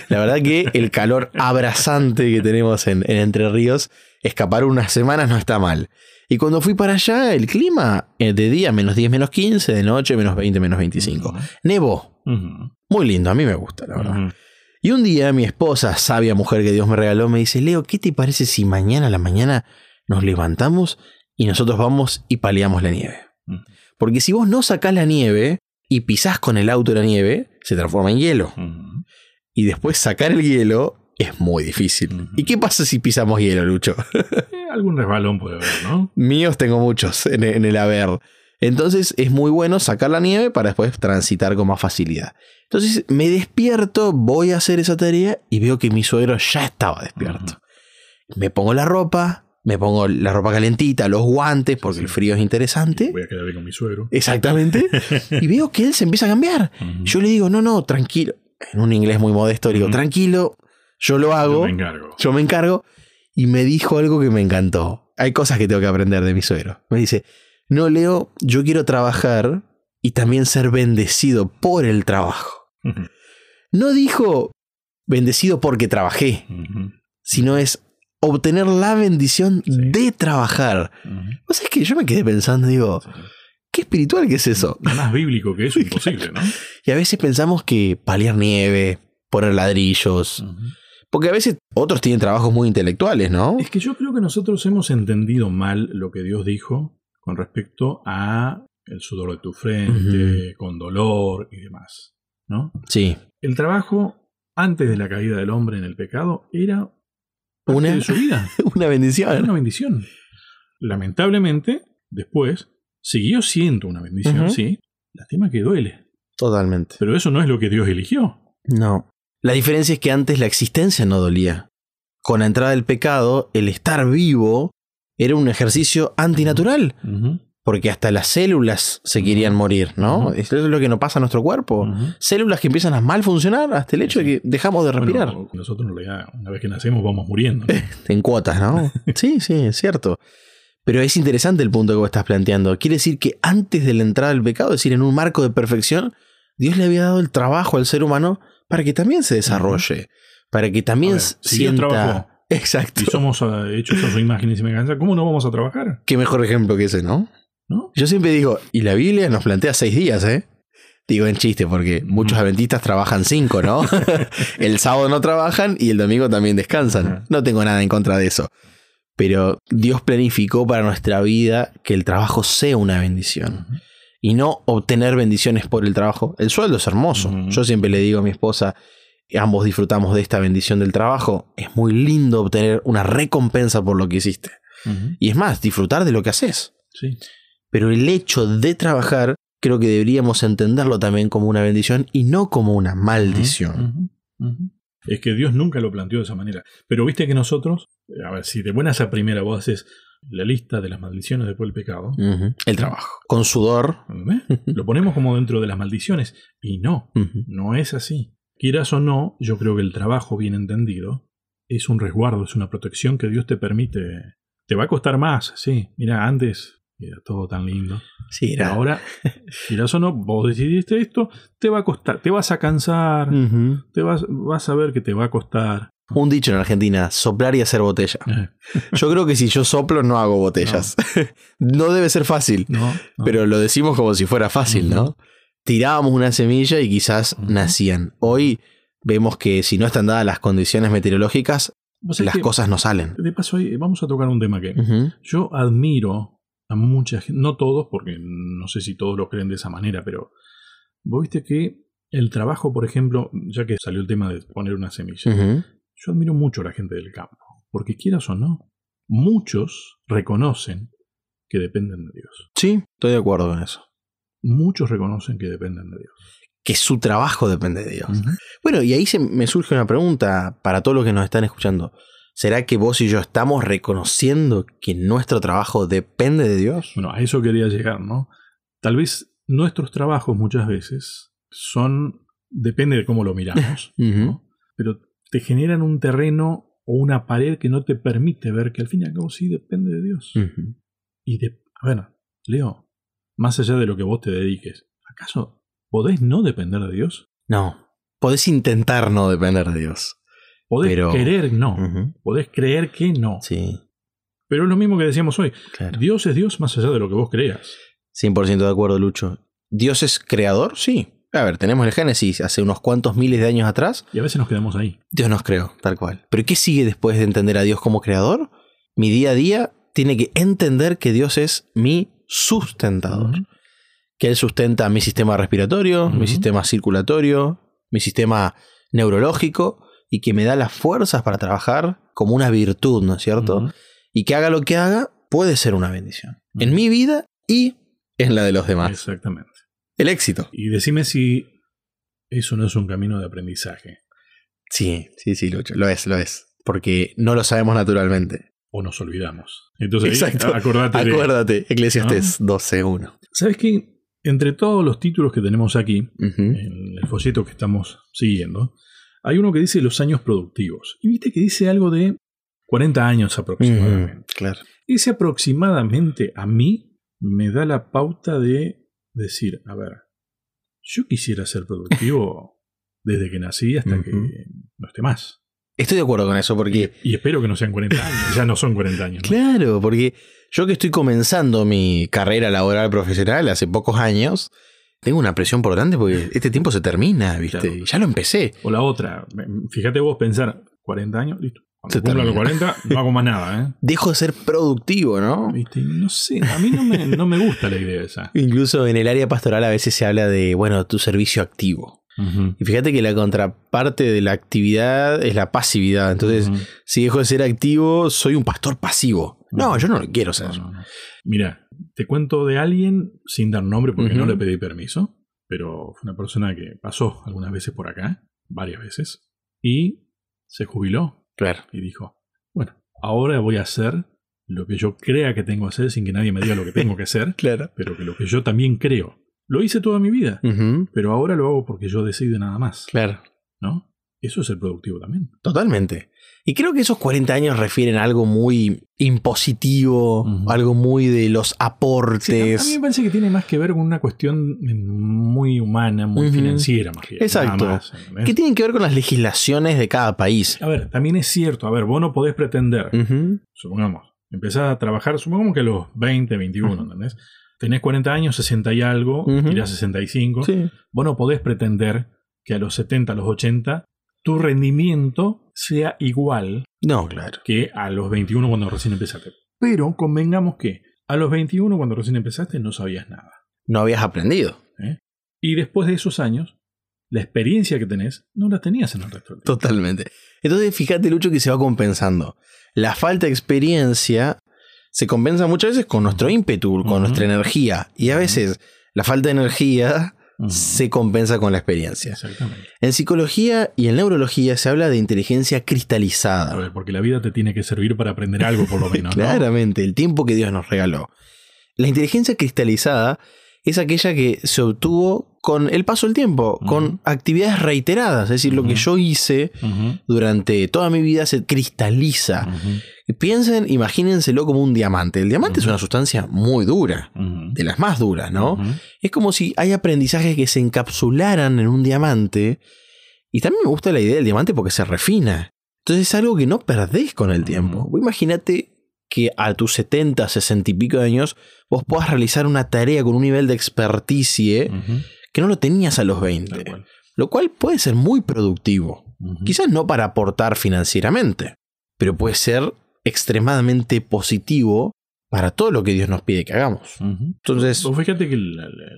Speaker 2: La verdad que el calor abrasante que tenemos en, en Entre Ríos, escapar unas semanas no está mal. Y cuando fui para allá, el clima eh, de día menos 10, menos 15, de noche menos 20, menos 25. Nevó.
Speaker 1: Ujú.
Speaker 2: Muy lindo, a mí me gusta, la verdad.
Speaker 1: Ujú.
Speaker 2: Y un día mi esposa, sabia mujer que Dios me regaló, me dice, Leo, ¿qué te parece si mañana a la mañana nos levantamos y nosotros vamos y paliamos la nieve?
Speaker 1: Mm.
Speaker 2: Porque si vos no sacás la nieve y pisás con el auto la nieve, se transforma en hielo.
Speaker 1: Ujú.
Speaker 2: Y después sacar el hielo es muy difícil.
Speaker 1: Ujú.
Speaker 2: ¿Y qué pasa si pisamos hielo, Lucho?
Speaker 1: Eh, algún resbalón puede haber, ¿no?
Speaker 2: Míos tengo muchos en, en el haber. Entonces es muy bueno sacar la nieve para después transitar con más facilidad. Entonces me despierto, voy a hacer esa tarea y veo que mi suegro ya estaba despierto. Me pongo la ropa, me pongo la ropa calentita, los guantes, porque
Speaker 1: Sí.
Speaker 2: el frío es interesante.
Speaker 1: Voy a quedar bien con mi suegro.
Speaker 2: Exactamente. Y veo que él se empieza a cambiar.
Speaker 1: Ujú.
Speaker 2: Yo le digo, no, no, tranquilo. En un inglés muy modesto, le digo,
Speaker 1: Ujú.
Speaker 2: tranquilo, yo lo
Speaker 1: Yo
Speaker 2: hago
Speaker 1: me encargo.
Speaker 2: yo me encargo. Y me dijo algo que me encantó. Hay cosas que tengo que aprender de mi suegro. Me dice, no, Leo, yo quiero trabajar y también ser bendecido por el trabajo.
Speaker 1: Ujú.
Speaker 2: No dijo bendecido porque trabajé,
Speaker 1: Ujú.
Speaker 2: sino es obtener la bendición
Speaker 1: Sí.
Speaker 2: de trabajar.
Speaker 1: Ujú.
Speaker 2: O sea, es que yo me quedé pensando, digo,
Speaker 1: Sí.
Speaker 2: qué espiritual que es eso.
Speaker 1: Más bíblico que eso, imposible, ¿no?
Speaker 2: Y a veces pensamos que paliar nieve, poner ladrillos,
Speaker 1: Ujú.
Speaker 2: porque a veces otros tienen trabajos muy intelectuales, ¿no?
Speaker 1: Es que yo creo que nosotros hemos entendido mal lo que Dios dijo con respecto a el sudor de tu frente, con dolor y demás, ¿no?
Speaker 2: Sí.
Speaker 1: El trabajo antes de la caída del hombre en el pecado era parte
Speaker 2: Una-
Speaker 1: de su vida,
Speaker 2: Una bendición.
Speaker 1: era una bendición. Lamentablemente, después siguió siendo una bendición,
Speaker 2: Ujú.
Speaker 1: sí. La tema que duele,
Speaker 2: Totalmente.
Speaker 1: pero eso no es lo que Dios eligió.
Speaker 2: No. La diferencia es que antes la existencia no dolía. Con la entrada del pecado, el estar vivo era un ejercicio antinatural,
Speaker 1: Ujú,
Speaker 2: porque hasta las células se querían morir, ¿no?
Speaker 1: Ujú.
Speaker 2: Eso es lo que nos pasa a nuestro cuerpo.
Speaker 1: ujú.
Speaker 2: Células que empiezan a mal funcionar hasta el hecho de que dejamos de respirar.
Speaker 1: Bueno, nosotros en realidad, una vez que nacemos vamos muriendo. ¿no?
Speaker 2: En cuotas, ¿no? sí, sí, es cierto. Pero es interesante el punto que vos estás planteando. Quiere decir que antes de la entrada del pecado, es decir, en un marco de perfección, Dios le había dado el trabajo al ser humano para que también se desarrolle, para que también
Speaker 1: A ver,
Speaker 2: s-
Speaker 1: si Dios
Speaker 2: sienta.
Speaker 1: trabajó.
Speaker 2: Exacto.
Speaker 1: Si somos eh, hechos a su imagen y semejanza, ¿cómo no vamos a trabajar?
Speaker 2: Qué mejor ejemplo que ese, ¿no?
Speaker 1: ¿No?
Speaker 2: Yo siempre digo, y la Biblia nos plantea seis días, ¿eh? Digo en chiste, porque muchos
Speaker 1: Ujú.
Speaker 2: adventistas trabajan cinco, ¿no? el sábado no trabajan y el domingo también descansan.
Speaker 1: Ajá.
Speaker 2: No tengo nada en contra de eso. Pero Dios planificó para nuestra vida que el trabajo sea una bendición y no obtener bendiciones por el trabajo. El sueldo es hermoso.
Speaker 1: Ujú.
Speaker 2: Yo siempre le digo a mi esposa, ambos disfrutamos de esta bendición del trabajo. Es muy lindo obtener una recompensa por lo que hiciste.
Speaker 1: Ujú.
Speaker 2: Y es más, disfrutar de lo que haces.
Speaker 1: Sí.
Speaker 2: Pero el hecho de trabajar, creo que deberíamos entenderlo también como una bendición y no como una maldición.
Speaker 1: Ujú, ujú. Es que Dios nunca lo planteó de esa manera. Pero viste que nosotros, eh, a ver, si de buenas a primera vos haces la lista de las maldiciones después del pecado,
Speaker 2: Ujú. El trabajo. Con sudor.
Speaker 1: ¿eh? lo ponemos como dentro de las maldiciones. Y no,
Speaker 2: Ujú.
Speaker 1: no es así. Quieras o no, yo creo que el trabajo bien entendido es un resguardo, es una protección que Dios te permite. Te va a costar más, sí. Mira, antes era todo tan lindo.
Speaker 2: Sí,
Speaker 1: Pero
Speaker 2: era.
Speaker 1: ahora, quieras o no, vos decidiste esto, te va a costar, te vas a cansar,
Speaker 2: Ujú.
Speaker 1: te vas, vas a ver que te va a costar.
Speaker 2: Un dicho en Argentina, soplar y hacer botella.
Speaker 1: Eh,
Speaker 2: Yo creo que si yo soplo no hago botellas. No, debe ser fácil,
Speaker 1: No, no.
Speaker 2: pero lo decimos como si fuera fácil, ¿no? Tirábamos una semilla y quizás
Speaker 1: Ujú.
Speaker 2: nacían. Hoy vemos que si no están dadas las condiciones meteorológicas,
Speaker 1: Vos sabés
Speaker 2: las
Speaker 1: que,
Speaker 2: cosas no salen.
Speaker 1: De paso, ahí vamos a tocar un tema que
Speaker 2: Ujú.
Speaker 1: yo admiro a mucha gente, no todos, porque no sé si todos lo creen de esa manera, pero vos viste que el trabajo, por ejemplo, ya que salió el tema de poner una semilla,
Speaker 2: Ujú.
Speaker 1: yo admiro mucho a la gente del campo, porque quieras o no, muchos reconocen que dependen de Dios.
Speaker 2: Sí, estoy de acuerdo en eso.
Speaker 1: Muchos reconocen que dependen de Dios.
Speaker 2: Que su trabajo depende de Dios. Bueno, y ahí se me surge una pregunta para todos los que nos están escuchando. ¿Será que vos y yo estamos reconociendo que nuestro trabajo depende de Dios?
Speaker 1: Bueno, a eso quería llegar, ¿no? Tal vez nuestros trabajos muchas veces son, depende de cómo lo miramos,
Speaker 2: Ujú.
Speaker 1: pero te generan un terreno o una pared que no te permite ver que al fin y al cabo sí depende de Dios.
Speaker 2: Ujú.
Speaker 1: Y de, a ver, Leo, más allá de lo que vos te dediques, ¿acaso podés no depender de Dios?
Speaker 2: No. Podés intentar no depender de Dios.
Speaker 1: Podés
Speaker 2: Pero-
Speaker 1: querer no,
Speaker 2: Ujú.
Speaker 1: podés creer que no.
Speaker 2: Sí,
Speaker 1: Pero es lo mismo que decíamos hoy,
Speaker 2: claro.
Speaker 1: Dios es Dios más allá de lo que vos creas.
Speaker 2: 100% de acuerdo, Lucho. ¿Dios es creador? Sí. A ver, tenemos el Génesis hace unos cuantos miles de años atrás.
Speaker 1: Y a veces nos quedamos ahí.
Speaker 2: Dios nos creó, tal cual. Pero ¿qué sigue después de entender a Dios como creador? Mi día a día tiene que entender que Dios es mi sustentador.
Speaker 1: Ujú.
Speaker 2: Que Él sustenta mi sistema respiratorio, mi
Speaker 1: Ujú.
Speaker 2: sistema circulatorio, mi sistema neurológico y que me da las fuerzas para trabajar como una virtud, ¿no es cierto?
Speaker 1: Ujú.
Speaker 2: Y que haga lo que haga puede ser una bendición.
Speaker 1: Ujú.
Speaker 2: En mi vida y en la de los demás.
Speaker 1: Exactamente.
Speaker 2: El éxito.
Speaker 1: Y decime si eso no es un camino de aprendizaje.
Speaker 2: Sí, sí, sí, Lucho. Lo es, lo es. Porque no lo sabemos naturalmente.
Speaker 1: O nos olvidamos. Entonces, ahí,
Speaker 2: Exacto.
Speaker 1: acordate de-
Speaker 2: Acuérdate, Ah. Eclesiastes 12.1.
Speaker 1: ¿Sabes qué? Entre todos los títulos que tenemos aquí,
Speaker 2: Ujú.
Speaker 1: en el folleto que estamos siguiendo, hay uno que dice los años productivos. Y viste que dice algo de 40 años aproximadamente.
Speaker 2: Ujú, Claro.
Speaker 1: Ese aproximadamente a mí me da la pauta de decir, a ver, yo quisiera ser productivo desde que nací hasta que
Speaker 2: Ujú.
Speaker 1: no esté más.
Speaker 2: Estoy de acuerdo con eso porque...
Speaker 1: Y espero que no sean 40 años. Ya no son 40 años. ¿no?
Speaker 2: Claro, porque yo que estoy comenzando mi carrera laboral profesional hace pocos años, tengo una presión por delante porque este tiempo se termina, ¿viste?
Speaker 1: Claro.
Speaker 2: Ya lo empecé.
Speaker 1: O la otra, me- fíjate vos pensar, 40 años, listo. Cuando
Speaker 2: Se
Speaker 1: cumpla los
Speaker 2: termina.
Speaker 1: 40, no hago más nada, ¿eh?
Speaker 2: Dejo de ser productivo, ¿no?
Speaker 1: ¿Viste? No sé, a mí no me, no me gusta la idea esa.
Speaker 2: Incluso en el área pastoral a veces se habla de, bueno, tu servicio activo. Y fíjate que la contraparte de la actividad es la pasividad. Entonces,
Speaker 1: Ujú.
Speaker 2: si dejo de ser activo, soy un pastor pasivo. No,
Speaker 1: Ujú.
Speaker 2: yo no lo quiero ser.
Speaker 1: No, no, no. Mira, te cuento de alguien sin dar nombre porque
Speaker 2: Ujú.
Speaker 1: no le pedí permiso, pero fue una persona que pasó algunas veces por acá, varias veces, y se jubiló
Speaker 2: Claro.
Speaker 1: y dijo, bueno, ahora voy a hacer lo que yo crea que tengo que hacer sin que nadie me diga lo que tengo que hacer,
Speaker 2: Claro.
Speaker 1: pero que lo que yo también creo. Lo hice toda mi vida, pero ahora lo hago porque yo decido nada más,
Speaker 2: Claro.
Speaker 1: ¿no? Eso es el productivo también.
Speaker 2: Totalmente. Y creo que esos 40 años refieren a algo muy impositivo,
Speaker 1: Ujú.
Speaker 2: algo muy de los aportes.
Speaker 1: A mí me parece que tiene más que ver con una cuestión muy humana, muy
Speaker 2: Ujú.
Speaker 1: financiera, más bien.
Speaker 2: Exacto.
Speaker 1: Nada más, ¿entendés?
Speaker 2: que tienen que ver con las legislaciones de cada país.
Speaker 1: A ver, también es cierto, a ver, vos no podés pretender,
Speaker 2: Ujú.
Speaker 1: supongamos, empezás a trabajar, supongamos que a los 20, 21,
Speaker 2: Ujú.
Speaker 1: ¿entendés? Tenés 40 años, 60 y algo,
Speaker 2: Ujú.
Speaker 1: tirás 65,
Speaker 2: Sí.
Speaker 1: vos no podés pretender que a los 70, a los 80, tu rendimiento sea igual
Speaker 2: No, claro.
Speaker 1: que a los 21 cuando recién empezaste. Pero convengamos que a los 21 cuando recién empezaste no sabías nada.
Speaker 2: No habías aprendido.
Speaker 1: Y después de esos años, la experiencia que tenés no la tenías en el resto del tiempo.
Speaker 2: Totalmente. Entonces, fíjate, Lucho, que se va compensando. La falta de experiencia se compensa muchas veces con nuestro ímpetu, con
Speaker 1: Ujú.
Speaker 2: nuestra energía. Y a
Speaker 1: Ujú.
Speaker 2: veces la falta de energía
Speaker 1: Ujú.
Speaker 2: se compensa con la experiencia.
Speaker 1: Exactamente.
Speaker 2: En psicología y en neurología se habla de inteligencia cristalizada.
Speaker 1: A ver, porque la vida te tiene que servir para aprender algo, por lo menos. ¿no?
Speaker 2: Claramente, el tiempo que Dios nos regaló. La inteligencia cristalizada es aquella que se obtuvo con el paso del tiempo,
Speaker 1: Ujú.
Speaker 2: con actividades reiteradas. Es decir, lo que
Speaker 1: Ujú.
Speaker 2: yo hice
Speaker 1: Ujú,
Speaker 2: durante toda mi vida se cristaliza.
Speaker 1: ujú,
Speaker 2: Piensen, imagínenselo como un diamante. El diamante es
Speaker 1: Ujú.
Speaker 2: una sustancia muy dura,
Speaker 1: ujú,
Speaker 2: de las más duras, ¿no?
Speaker 1: ujú.
Speaker 2: Es como si hay aprendizajes que se encapsularan en un diamante. Y también me gusta la idea del diamante porque se refina. Entonces es algo que no perdés con el tiempo.
Speaker 1: Ujú.
Speaker 2: Vos Imagínate que a tus 70, 60 y pico de años vos puedas realizar una tarea con un nivel de experticie
Speaker 1: Ujú,
Speaker 2: que no lo tenías a los
Speaker 1: Mm. tal
Speaker 2: 20.
Speaker 1: cual.
Speaker 2: Lo cual puede ser muy productivo.
Speaker 1: Ujú.
Speaker 2: Quizás no para aportar financieramente, pero puede ser extremadamente positivo para todo lo que Dios nos pide que hagamos.
Speaker 1: Ujú.
Speaker 2: Entonces,
Speaker 1: Vos fíjate que la, la-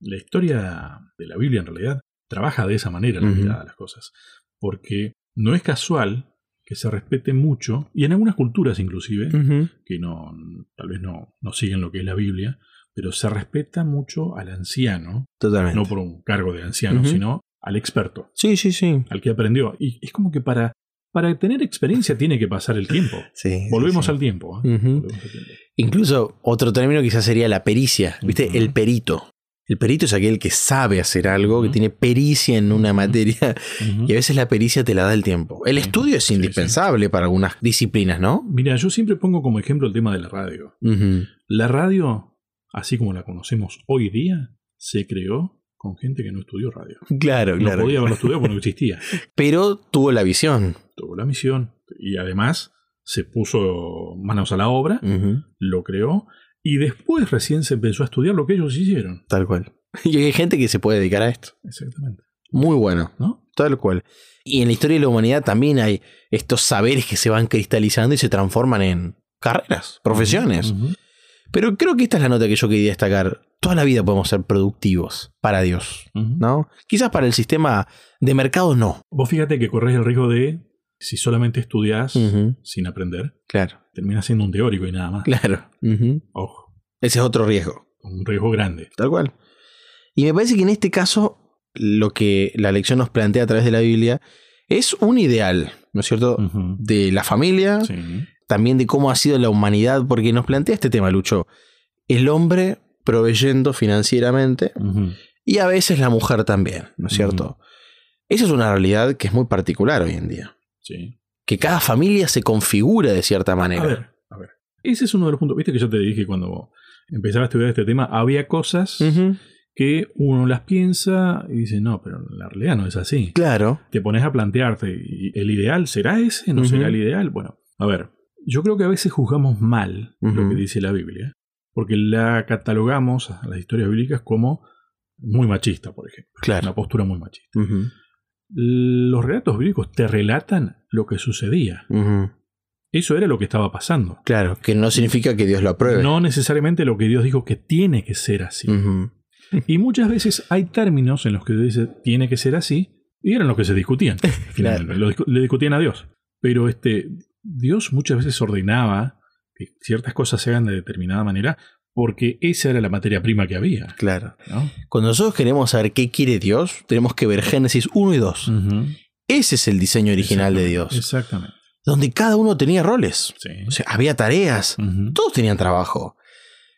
Speaker 1: la historia de la Biblia en realidad trabaja de esa manera la
Speaker 2: Ujú.
Speaker 1: mirada a las cosas. Porque no es casual que se respete mucho, y en algunas culturas inclusive,
Speaker 2: ujú,
Speaker 1: que no, tal vez no, no siguen lo que es la Biblia, pero se respeta mucho al anciano,
Speaker 2: totalmente.
Speaker 1: no por un cargo de anciano,
Speaker 2: Ujú.
Speaker 1: sino al experto,
Speaker 2: Sí, sí, sí.
Speaker 1: al que aprendió. Y es como que para, para tener experiencia tiene que pasar el tiempo.
Speaker 2: Sí,
Speaker 1: Volvemos
Speaker 2: sí, sí.
Speaker 1: al tiempo. ¿eh?
Speaker 2: Ujú.
Speaker 1: Volvemos al tiempo.
Speaker 2: Incluso otro término quizás sería la pericia, ¿viste?
Speaker 1: Ujú.
Speaker 2: El perito. El perito es aquel que sabe hacer algo, que
Speaker 1: Ujú.
Speaker 2: tiene pericia en una
Speaker 1: Ujú.
Speaker 2: materia,
Speaker 1: Ujú.
Speaker 2: y a veces la pericia te la da el tiempo. El
Speaker 1: Sí.
Speaker 2: estudio es
Speaker 1: Sí, sí.
Speaker 2: indispensable para algunas disciplinas, ¿no?
Speaker 1: Mira, yo siempre pongo como ejemplo el tema de la radio.
Speaker 2: Ujú.
Speaker 1: La radio, así como la conocemos hoy día, se creó con gente que no estudió radio.
Speaker 2: Claro,
Speaker 1: No
Speaker 2: claro.
Speaker 1: podía haberlo estudiado porque no existía.
Speaker 2: Pero tuvo la visión.
Speaker 1: Tuvo la misión y además se puso manos a la obra,
Speaker 2: Ujú.
Speaker 1: lo creó y después recién se empezó a estudiar lo que ellos hicieron.
Speaker 2: Tal cual. Y hay gente que se puede dedicar a esto.
Speaker 1: Exactamente.
Speaker 2: Muy bueno.
Speaker 1: ¿No?
Speaker 2: Tal cual. Y en la historia de la humanidad también hay estos saberes que se van cristalizando y se transforman en carreras, profesiones.
Speaker 1: Ujú.
Speaker 2: Pero creo que esta es la nota que yo quería destacar. Toda la vida podemos ser productivos para Dios,
Speaker 1: Ujú.
Speaker 2: ¿no? Quizás para el sistema de mercado no.
Speaker 1: Vos fíjate que corres el riesgo de, si solamente estudias sin aprender,
Speaker 2: Claro,
Speaker 1: terminas siendo un teórico y nada más.
Speaker 2: claro. Ujú.
Speaker 1: Ojo,
Speaker 2: Ese es otro riesgo.
Speaker 1: un riesgo grande.
Speaker 2: Tal cual. Y me parece que en este caso, lo que la lección nos plantea a través de la Biblia es un ideal, ¿no es cierto?
Speaker 1: Ujú.
Speaker 2: De la familia,
Speaker 1: Sí.
Speaker 2: también de cómo ha sido la humanidad, porque nos plantea este tema, Lucho. El hombre proveyendo financieramente
Speaker 1: Ujú.
Speaker 2: y a veces la mujer también, ¿no es cierto? Esa es una realidad que es muy particular hoy en día.
Speaker 1: Sí.
Speaker 2: Que cada familia se configura de cierta manera.
Speaker 1: A ver, a ver. Ese es uno de los puntos. Viste que yo te dije cuando empezaba a estudiar este tema, había cosas
Speaker 2: Ujú.
Speaker 1: que uno las piensa y dice, no, pero la realidad no es así.
Speaker 2: Claro.
Speaker 1: Te pones a plantearte, ¿y ¿el ideal será ese? ¿No
Speaker 2: Ujú.
Speaker 1: será el ideal? Bueno, a ver, yo creo que a veces juzgamos mal lo
Speaker 2: Ujú.
Speaker 1: que dice la Biblia, porque la catalogamos a las historias bíblicas como muy machista, por ejemplo.
Speaker 2: Claro.
Speaker 1: Una postura muy machista.
Speaker 2: Ujú.
Speaker 1: Los relatos bíblicos te relatan lo que sucedía.
Speaker 2: Ujú.
Speaker 1: Eso era lo que estaba pasando.
Speaker 2: Claro, que no significa que Dios lo apruebe.
Speaker 1: No necesariamente lo que Dios dijo que tiene que ser así.
Speaker 2: Ujú.
Speaker 1: Y muchas veces hay términos en los que Dios dice tiene que ser así y eran los que se discutían. Finalmente, Lo discu- le discutían a Dios. Pero este, Dios muchas veces ordenaba que ciertas cosas se hagan de determinada manera porque esa era la materia prima que había.
Speaker 2: Claro.
Speaker 1: ¿no?
Speaker 2: Cuando nosotros queremos saber qué quiere Dios, tenemos que ver Génesis 1 y 2. Ese es el diseño original de Dios,
Speaker 1: Exactamente.
Speaker 2: donde cada uno tenía roles.
Speaker 1: Sí.
Speaker 2: O sea, había tareas,
Speaker 1: Ujú.
Speaker 2: todos tenían trabajo.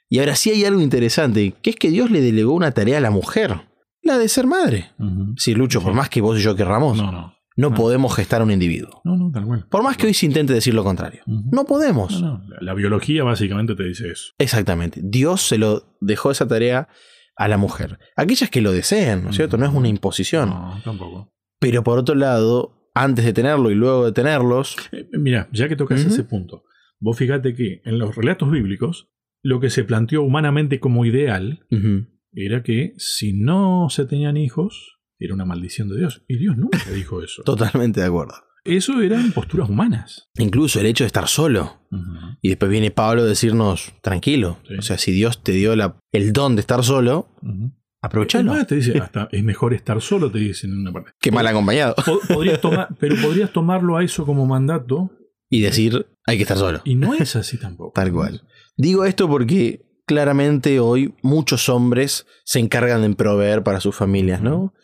Speaker 2: Y ahora sí hay algo interesante, que es que Dios le delegó una tarea a la mujer, la de ser madre.
Speaker 1: Ujú.
Speaker 2: Si Lucho, por más que vos y yo querramos,
Speaker 1: No,
Speaker 2: no,
Speaker 1: no. no.
Speaker 2: podemos gestar a un individuo.
Speaker 1: No, no, tal cual.
Speaker 2: Por más que hoy se intente decir lo contrario.
Speaker 1: Ujú.
Speaker 2: No podemos.
Speaker 1: No, no. La, la biología básicamente te dice eso.
Speaker 2: Exactamente. Dios se lo dejó esa tarea a la mujer. Aquellas que lo deseen, ¿no es cierto? No es una imposición.
Speaker 1: Mm. No, tampoco.
Speaker 2: Pero por otro lado, antes de tenerlo y luego de tenerlos,
Speaker 1: Eh, Mira, ya que tocas
Speaker 2: Ujú.
Speaker 1: ese punto, vos fíjate que en los relatos bíblicos lo que se planteó humanamente como ideal era que si no se tenían hijos era una maldición de Dios. Y Dios nunca dijo eso.
Speaker 2: totalmente de acuerdo.
Speaker 1: Eso eran posturas humanas.
Speaker 2: Incluso el hecho de estar solo. Y después viene Pablo a decirnos, tranquilo.
Speaker 1: Sí.
Speaker 2: O sea, si Dios te dio la- el don de estar solo,
Speaker 1: Ujú.
Speaker 2: aprovechalo.
Speaker 1: Además, te dice, hasta es eh, mejor estar solo, te dicen en una parte.
Speaker 2: Qué mal acompañado.
Speaker 1: Po- podrías tomar- pero podrías tomarlo a eso como mandato
Speaker 2: Y decir, hay que estar solo.
Speaker 1: y no es así tampoco.
Speaker 2: Tal cual. Digo esto porque claramente hoy muchos hombres se encargan de proveer para sus familias, ¿no?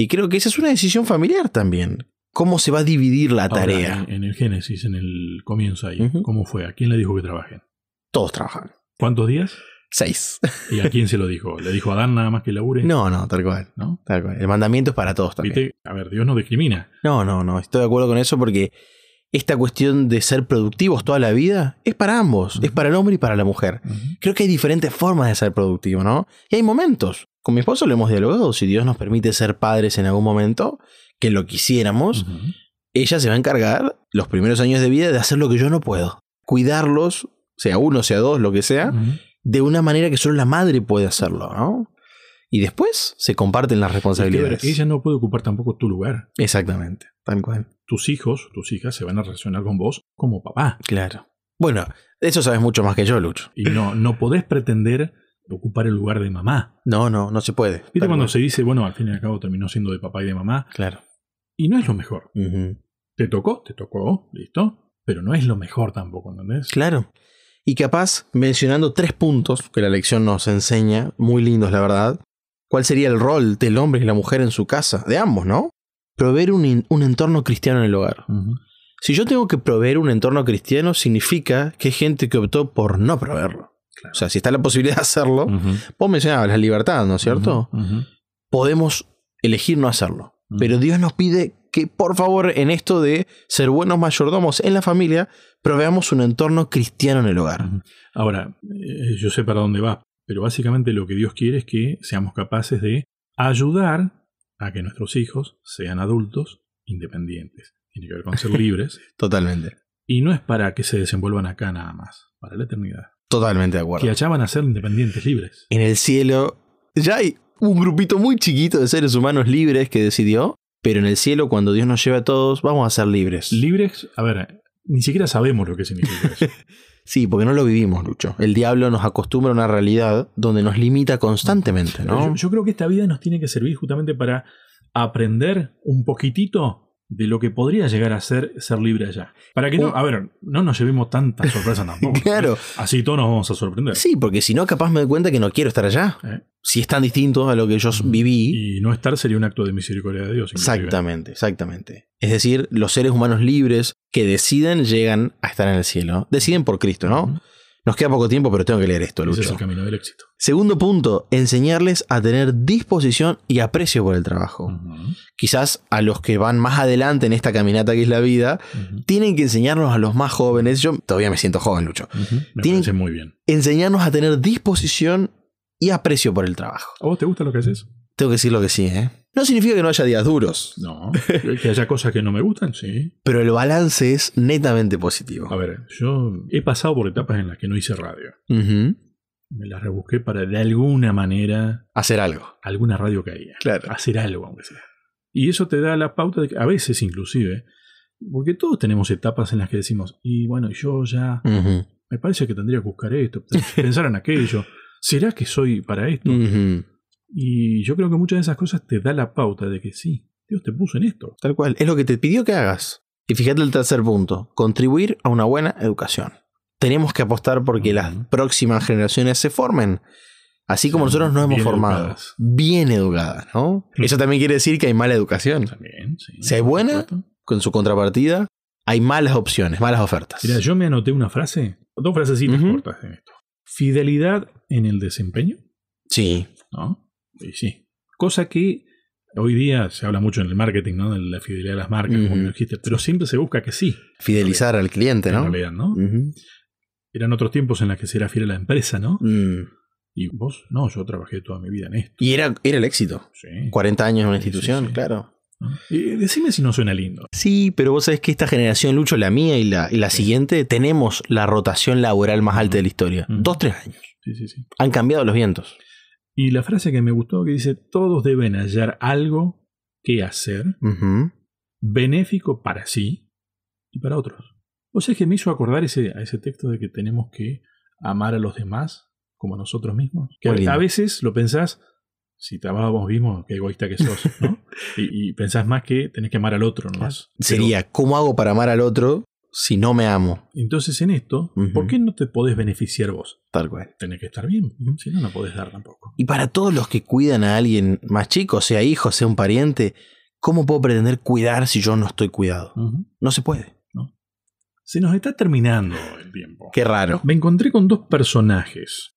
Speaker 2: Y creo que esa es una decisión familiar también. ¿Cómo se va a dividir la
Speaker 1: Ahora, eh.
Speaker 2: tarea?
Speaker 1: en, en el Génesis, en el comienzo ahí,
Speaker 2: Ujú.
Speaker 1: ¿cómo fue? ¿A quién le dijo que trabajen?
Speaker 2: Todos trabajan.
Speaker 1: ¿Cuántos días?
Speaker 2: Seis.
Speaker 1: ¿Y a quién se lo dijo? ¿Le dijo a Adán nada más que labure?
Speaker 2: No, no, tal cual.
Speaker 1: ¿No?
Speaker 2: Tal cual. El mandamiento es para todos también.
Speaker 1: ¿Viste? A ver, Dios no discrimina.
Speaker 2: No, no, no. Estoy de acuerdo con eso porque esta cuestión de ser productivos toda la vida es para ambos.
Speaker 1: Ujú.
Speaker 2: Es para el hombre y para la mujer. Creo que hay diferentes formas de ser productivo, ¿no? Y hay momentos. Con mi esposo lo hemos dialogado. Si Dios nos permite ser padres en algún momento, que lo quisiéramos,
Speaker 1: Ujú.
Speaker 2: ella se va a encargar los primeros años de vida de hacer lo que yo no puedo. Cuidarlos, sea uno, sea dos, lo que sea,
Speaker 1: Ujú.
Speaker 2: de una manera que solo la madre puede hacerlo, ¿no? Y después se comparten
Speaker 1: Es que, a
Speaker 2: las
Speaker 1: ver,
Speaker 2: responsabilidades.
Speaker 1: ella no puede ocupar tampoco tu lugar.
Speaker 2: Exactamente, tal cual.
Speaker 1: tus hijos, tus hijas se van a relacionar con vos como papá.
Speaker 2: Claro. Bueno, de eso sabes mucho más que yo, Lucho.
Speaker 1: Y no, no podés pretender ocupar el lugar de mamá.
Speaker 2: No, no, no se puede.
Speaker 1: ¿Viste cuando se dice, bueno, al fin y al cabo terminó siendo de papá y de mamá?
Speaker 2: Claro.
Speaker 1: Y no es lo mejor.
Speaker 2: Ujú.
Speaker 1: Te tocó, te tocó, listo. Pero no es lo mejor tampoco, ¿entendés?
Speaker 2: Claro. Y capaz, mencionando tres puntos que la lección nos enseña, muy lindos la verdad, ¿cuál sería el rol del hombre y la mujer en su casa? De ambos, ¿no? Proveer un, in- un entorno cristiano en el hogar.
Speaker 1: Ujú.
Speaker 2: Si yo tengo que proveer un entorno cristiano, significa que hay gente que optó por no proveerlo.
Speaker 1: Claro.
Speaker 2: O sea, si está la posibilidad de hacerlo,
Speaker 1: Ujú.
Speaker 2: vos mencionabas la libertad, ¿no es cierto?
Speaker 1: Ujú, Mm. ujú.
Speaker 2: Podemos elegir no hacerlo.
Speaker 1: Ujú.
Speaker 2: Pero Dios nos pide que, por favor, en esto de ser buenos mayordomos en la familia, proveamos un entorno cristiano en el hogar.
Speaker 1: Ujú. Ahora, eh, yo sé para dónde va, pero básicamente lo que Dios quiere es que seamos capaces de ayudar a que nuestros hijos sean adultos independientes. Tiene que ver con ser libres.
Speaker 2: Totalmente.
Speaker 1: Y no es para que se desenvuelvan acá nada más, para la eternidad.
Speaker 2: Totalmente de acuerdo.
Speaker 1: Que allá van a ser independientes libres.
Speaker 2: En el cielo ya hay un grupito muy chiquito de seres humanos libres que decidió, pero en el cielo cuando Dios nos lleva a todos vamos a ser libres.
Speaker 1: Libres, a ver, ni siquiera sabemos lo que significa eso.
Speaker 2: sí, porque no lo vivimos, Lucho. El diablo nos acostumbra a una realidad donde nos limita constantemente, ¿no?
Speaker 1: Yo, yo creo que esta vida nos tiene que servir justamente para aprender un poquitito de lo que podría llegar a ser ser libre allá. Para que no,
Speaker 2: Un-
Speaker 1: a ver, no nos llevemos tantas sorpresas tampoco.
Speaker 2: Claro.
Speaker 1: Así todos nos vamos a sorprender.
Speaker 2: Sí, porque si no, capaz me doy cuenta que no quiero estar allá.
Speaker 1: ¿eh?
Speaker 2: Si es tan distinto a lo que yo viví.
Speaker 1: Y no estar sería un acto de misericordia de Dios. inclusive.
Speaker 2: Exactamente, exactamente. Es decir, los seres humanos libres que deciden llegan a estar en el cielo. Deciden por Cristo, ¿no?
Speaker 1: Ujú.
Speaker 2: Nos queda poco tiempo, pero tengo que leer esto,
Speaker 1: Ese
Speaker 2: Lucho.
Speaker 1: es el camino del éxito.
Speaker 2: Segundo punto, enseñarles a tener disposición y aprecio por el trabajo.
Speaker 1: Ujú,
Speaker 2: Quizás a los que van más adelante en esta caminata que es la vida,
Speaker 1: ujú,
Speaker 2: tienen que enseñarnos a los más jóvenes, yo todavía me siento joven, Lucho,
Speaker 1: ujú. Me
Speaker 2: Tienen-
Speaker 1: parece muy bien.
Speaker 2: enseñarnos a tener disposición y aprecio por el trabajo.
Speaker 1: ¿A vos te gusta lo que haces?
Speaker 2: Tengo que decir lo que sí, ¿eh? No significa que no haya días duros,
Speaker 1: No. que haya cosas que no me gustan, sí.
Speaker 2: pero el balance es netamente positivo.
Speaker 1: A ver, yo he pasado por etapas en las que no hice radio.
Speaker 2: Ujú.
Speaker 1: Me las rebusqué para de alguna manera
Speaker 2: Hacer algo.
Speaker 1: alguna radio caía.
Speaker 2: Claro.
Speaker 1: Hacer algo, aunque sea. Y eso te da la pauta de que a veces inclusive, porque todos tenemos etapas en las que decimos, y bueno, yo ya,
Speaker 2: Ujú.
Speaker 1: me parece que tendría que buscar esto, pensar en aquello, ¿será que soy para esto?
Speaker 2: Ujú.
Speaker 1: Y yo creo que muchas de esas cosas te da la pauta de que sí, Dios te puso en esto.
Speaker 2: Tal cual, es lo que te pidió que hagas. Y fíjate el tercer punto, contribuir a una buena educación. Tenemos que apostar porque las
Speaker 1: Ujú.
Speaker 2: próximas generaciones se formen, así como
Speaker 1: Sí,
Speaker 2: nosotros nos hemos
Speaker 1: bien
Speaker 2: formado,
Speaker 1: educadas.
Speaker 2: bien educadas, ¿no?
Speaker 1: Sí.
Speaker 2: Eso también quiere decir que hay mala educación.
Speaker 1: También, sí.
Speaker 2: Si hay
Speaker 1: por
Speaker 2: buena,
Speaker 1: supuesto.
Speaker 2: Con su contrapartida, hay malas opciones, malas ofertas.
Speaker 1: Mira, yo me anoté una frase, dos frasecitas
Speaker 2: Ujú.
Speaker 1: cortas en esto. Fidelidad en el desempeño.
Speaker 2: Sí,
Speaker 1: ¿no? Y sí. Cosa que hoy día se habla mucho en el marketing, ¿no? De la fidelidad de las marcas, como
Speaker 2: Ujú.
Speaker 1: bien dijiste, pero siempre se busca que sí,
Speaker 2: fidelizar al cliente,
Speaker 1: en
Speaker 2: ¿no? Mm.
Speaker 1: realidad, ¿no?
Speaker 2: Ujú.
Speaker 1: Eran otros tiempos en los que se era fiel a la empresa, ¿no?
Speaker 2: Mm.
Speaker 1: Y vos, no, yo trabajé toda mi vida en esto.
Speaker 2: Y era, era el éxito.
Speaker 1: Sí.
Speaker 2: 40 años en una
Speaker 1: Sí, sí,
Speaker 2: institución,
Speaker 1: sí.
Speaker 2: claro.
Speaker 1: ¿no? Y decime si no suena lindo.
Speaker 2: Sí, pero vos sabés que esta generación, Lucho, la mía y la, y la siguiente, tenemos la rotación laboral más alta de la historia.
Speaker 1: Ujú.
Speaker 2: Dos, tres años.
Speaker 1: Sí, sí, sí.
Speaker 2: Han cambiado los vientos.
Speaker 1: Y la frase que me gustó que dice, todos deben hallar algo que hacer benéfico para sí y para otros. O sea, que me hizo acordar ese, a ese texto de que tenemos que amar a los demás como a nosotros mismos. Que
Speaker 2: Muy lindo.
Speaker 1: a, a veces lo pensás, si te amabas vos mismo, qué egoísta que sos, ¿no? y, y pensás más que tenés que amar al otro, ¿no?
Speaker 2: Sería, ¿cómo hago para amar al otro si no me amo?
Speaker 1: Entonces en esto,
Speaker 2: Ujú.
Speaker 1: ¿por qué no te podés beneficiar vos?
Speaker 2: Tal cual.
Speaker 1: Tenés que estar bien, si no, no podés dar tampoco.
Speaker 2: Y para todos los que cuidan a alguien más chico, sea hijo, sea un pariente, ¿cómo puedo pretender cuidar si yo no estoy cuidado?
Speaker 1: Ujú.
Speaker 2: No se puede.
Speaker 1: Se nos está terminando el tiempo.
Speaker 2: Qué raro.
Speaker 1: Me encontré con dos personajes.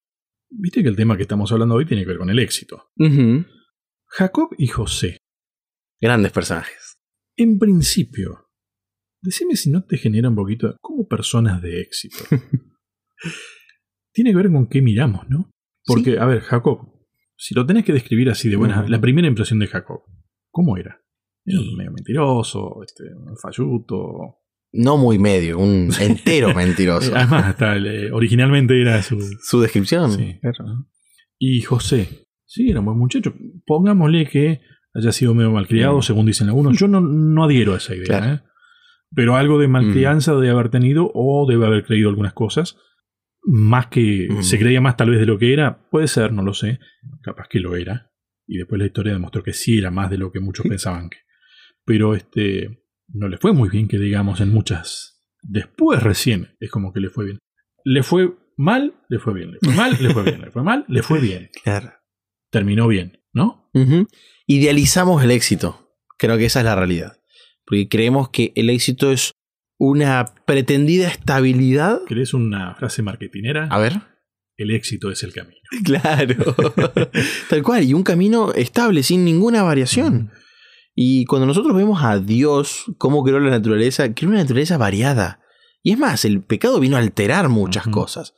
Speaker 1: Viste que el tema que estamos hablando hoy tiene que ver con el éxito. Jacob y José.
Speaker 2: Grandes personajes.
Speaker 1: En principio, decime si no te genera un poquito como personas de éxito. Tiene que ver con qué miramos, ¿no? Porque, a ver, Jacob, si lo tenés que describir así de buena,
Speaker 2: Ujú.
Speaker 1: la primera impresión de Jacob, ¿cómo era? Era
Speaker 2: Y-
Speaker 1: un medio mentiroso, este, un falluto.
Speaker 2: No muy medio, un entero mentiroso.
Speaker 1: Eh, además, hasta el, eh, originalmente era su.
Speaker 2: Ah, Su descripción.
Speaker 1: sí, ¿no? Y José, sí, era un buen muchacho. Pongámosle que haya sido medio malcriado,
Speaker 2: Mm.
Speaker 1: según dicen algunos. Yo no, no adhiero a esa idea.
Speaker 2: Claro.
Speaker 1: ¿eh? pero algo de malcrianza debe haber tenido o debe haber creído algunas cosas. Más que
Speaker 2: Mm.
Speaker 1: se creía más tal vez de lo que era, puede ser, no lo sé, capaz que lo era. Y después la historia demostró que sí era más de lo que muchos pensaban que. Pero este no le fue muy bien que digamos en muchas. Después recién es como que le fue bien. Le fue mal, le fue bien, le fue mal, le fue bien, le fue mal, le fue bien.
Speaker 2: Claro.
Speaker 1: Terminó bien, ¿no?
Speaker 2: Ujú. Idealizamos el éxito. Creo que esa es la realidad. Porque creemos que el éxito es una pretendida estabilidad.
Speaker 1: ¿Querés una frase marketinera?
Speaker 2: A ver.
Speaker 1: El éxito es el camino.
Speaker 2: Claro. Tal cual. Y un camino estable, sin ninguna variación. Y cuando nosotros vemos a Dios, cómo creó la naturaleza, creó una naturaleza variada. Y es más, el pecado vino a alterar muchas
Speaker 1: Ujú.
Speaker 2: cosas.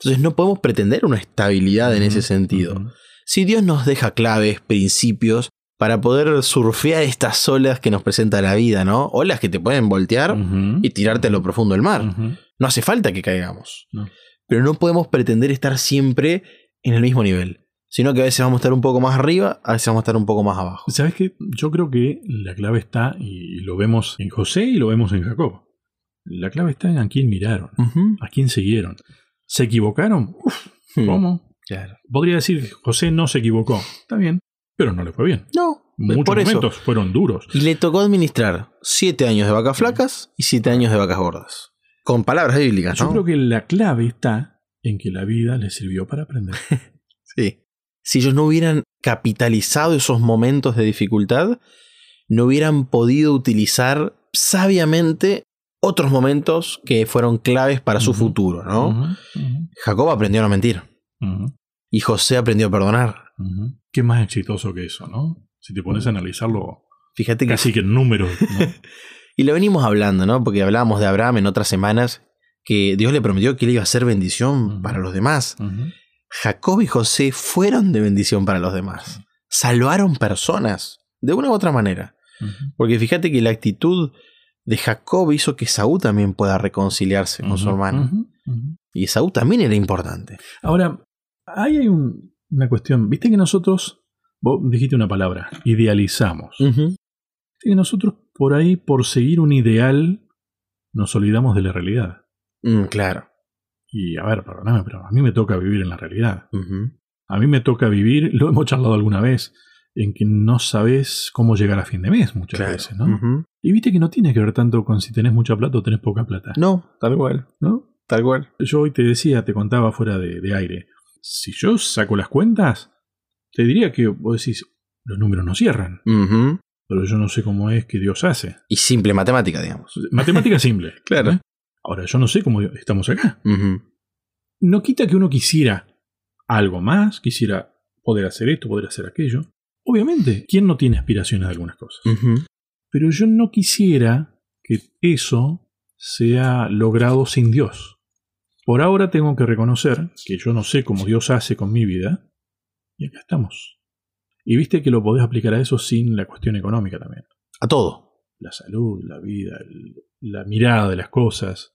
Speaker 2: Entonces no podemos pretender una estabilidad en ese
Speaker 1: Ujú,
Speaker 2: sentido.
Speaker 1: ujú.
Speaker 2: Si Dios nos deja claves, principios, para poder surfear estas olas que nos presenta la vida, ¿no? Olas que te pueden voltear
Speaker 1: Ujú.
Speaker 2: y tirarte a lo profundo del mar.
Speaker 1: Ujú.
Speaker 2: No hace falta que caigamos.
Speaker 1: No.
Speaker 2: Pero no podemos pretender estar siempre en el mismo nivel. Sino que a veces vamos a estar un poco más arriba, a veces vamos a estar un poco más abajo.
Speaker 1: ¿Sabes qué? Yo creo que la clave está, y lo vemos en José y lo vemos en Jacob. La clave está en a quién miraron,
Speaker 2: Ujú.
Speaker 1: a quién siguieron. ¿Se equivocaron? Uf,
Speaker 2: Mm. Hmm.
Speaker 1: ¿Cómo?
Speaker 2: Claro.
Speaker 1: Podría decir que José no se equivocó. Está bien, pero no le fue bien.
Speaker 2: No,
Speaker 1: Muchos
Speaker 2: por eso.
Speaker 1: momentos fueron duros.
Speaker 2: Y le tocó administrar siete años de vacas flacas y siete años de vacas gordas. Con palabras bíblicas,
Speaker 1: Yo
Speaker 2: ¿no?
Speaker 1: creo que la clave está en que la vida le sirvió para aprender.
Speaker 2: Sí. Si ellos no hubieran capitalizado esos momentos de dificultad, no hubieran podido utilizar sabiamente otros momentos que fueron claves para su
Speaker 1: Ujú.
Speaker 2: futuro, ¿no?
Speaker 1: Ujú, ujú,
Speaker 2: Jacob aprendió a no mentir
Speaker 1: ujú,
Speaker 2: y José aprendió a perdonar.
Speaker 1: ujú. Qué más exitoso que eso, ¿no? Si te pones a analizarlo
Speaker 2: Fíjate que...
Speaker 1: casi que en números. ¿no?
Speaker 2: Y lo venimos hablando, ¿no? Porque hablábamos de Abraham en otras semanas, que Dios le prometió que él iba a ser bendición
Speaker 1: Ujú.
Speaker 2: para los demás.
Speaker 1: Ujú.
Speaker 2: Jacob y José fueron de bendición para los demás. Salvaron personas, de una u otra manera.
Speaker 1: Ujú.
Speaker 2: Porque fíjate que la actitud de Jacob hizo que Saúl también pueda reconciliarse con su
Speaker 1: Ujú,
Speaker 2: hermano.
Speaker 1: ujú, ujú.
Speaker 2: Y Saúl también era importante.
Speaker 1: Ahora, ahí hay un- una cuestión. Viste que nosotros, vos dijiste una palabra, idealizamos. Viste que nosotros por ahí, por seguir un ideal, nos olvidamos de la realidad.
Speaker 2: Mm, claro.
Speaker 1: Y a ver, perdóname, pero a mí me toca vivir en la realidad.
Speaker 2: Ujú.
Speaker 1: A mí me toca vivir, lo hemos charlado alguna vez, en que no sabes cómo llegar a fin de mes muchas
Speaker 2: Claro.
Speaker 1: veces, ¿no?
Speaker 2: Ujú.
Speaker 1: Y viste que no tiene que ver tanto con si tenés mucha plata o tenés poca plata.
Speaker 2: No, tal cual,
Speaker 1: ¿no?
Speaker 2: tal cual.
Speaker 1: Yo hoy te decía, te contaba fuera de, de aire, si yo saco las cuentas, te diría que vos decís, los números no cierran,
Speaker 2: Ujú.
Speaker 1: pero yo no sé cómo es que Dios hace.
Speaker 2: Y simple matemática, digamos.
Speaker 1: Matemática simple.
Speaker 2: Claro.
Speaker 1: ¿eh? Ahora, yo no sé cómo estamos acá.
Speaker 2: Ujú.
Speaker 1: No quita que uno quisiera algo más, quisiera poder hacer esto, poder hacer aquello. Obviamente, ¿quién no tiene aspiraciones de algunas cosas?
Speaker 2: Ujú.
Speaker 1: Pero yo no quisiera que eso sea logrado sin Dios. Por ahora tengo que reconocer que yo no sé cómo Dios hace con mi vida y acá estamos. Y viste que lo podés aplicar a eso sin la cuestión económica también.
Speaker 2: A todo.
Speaker 1: La salud, la vida, el- la mirada de las cosas.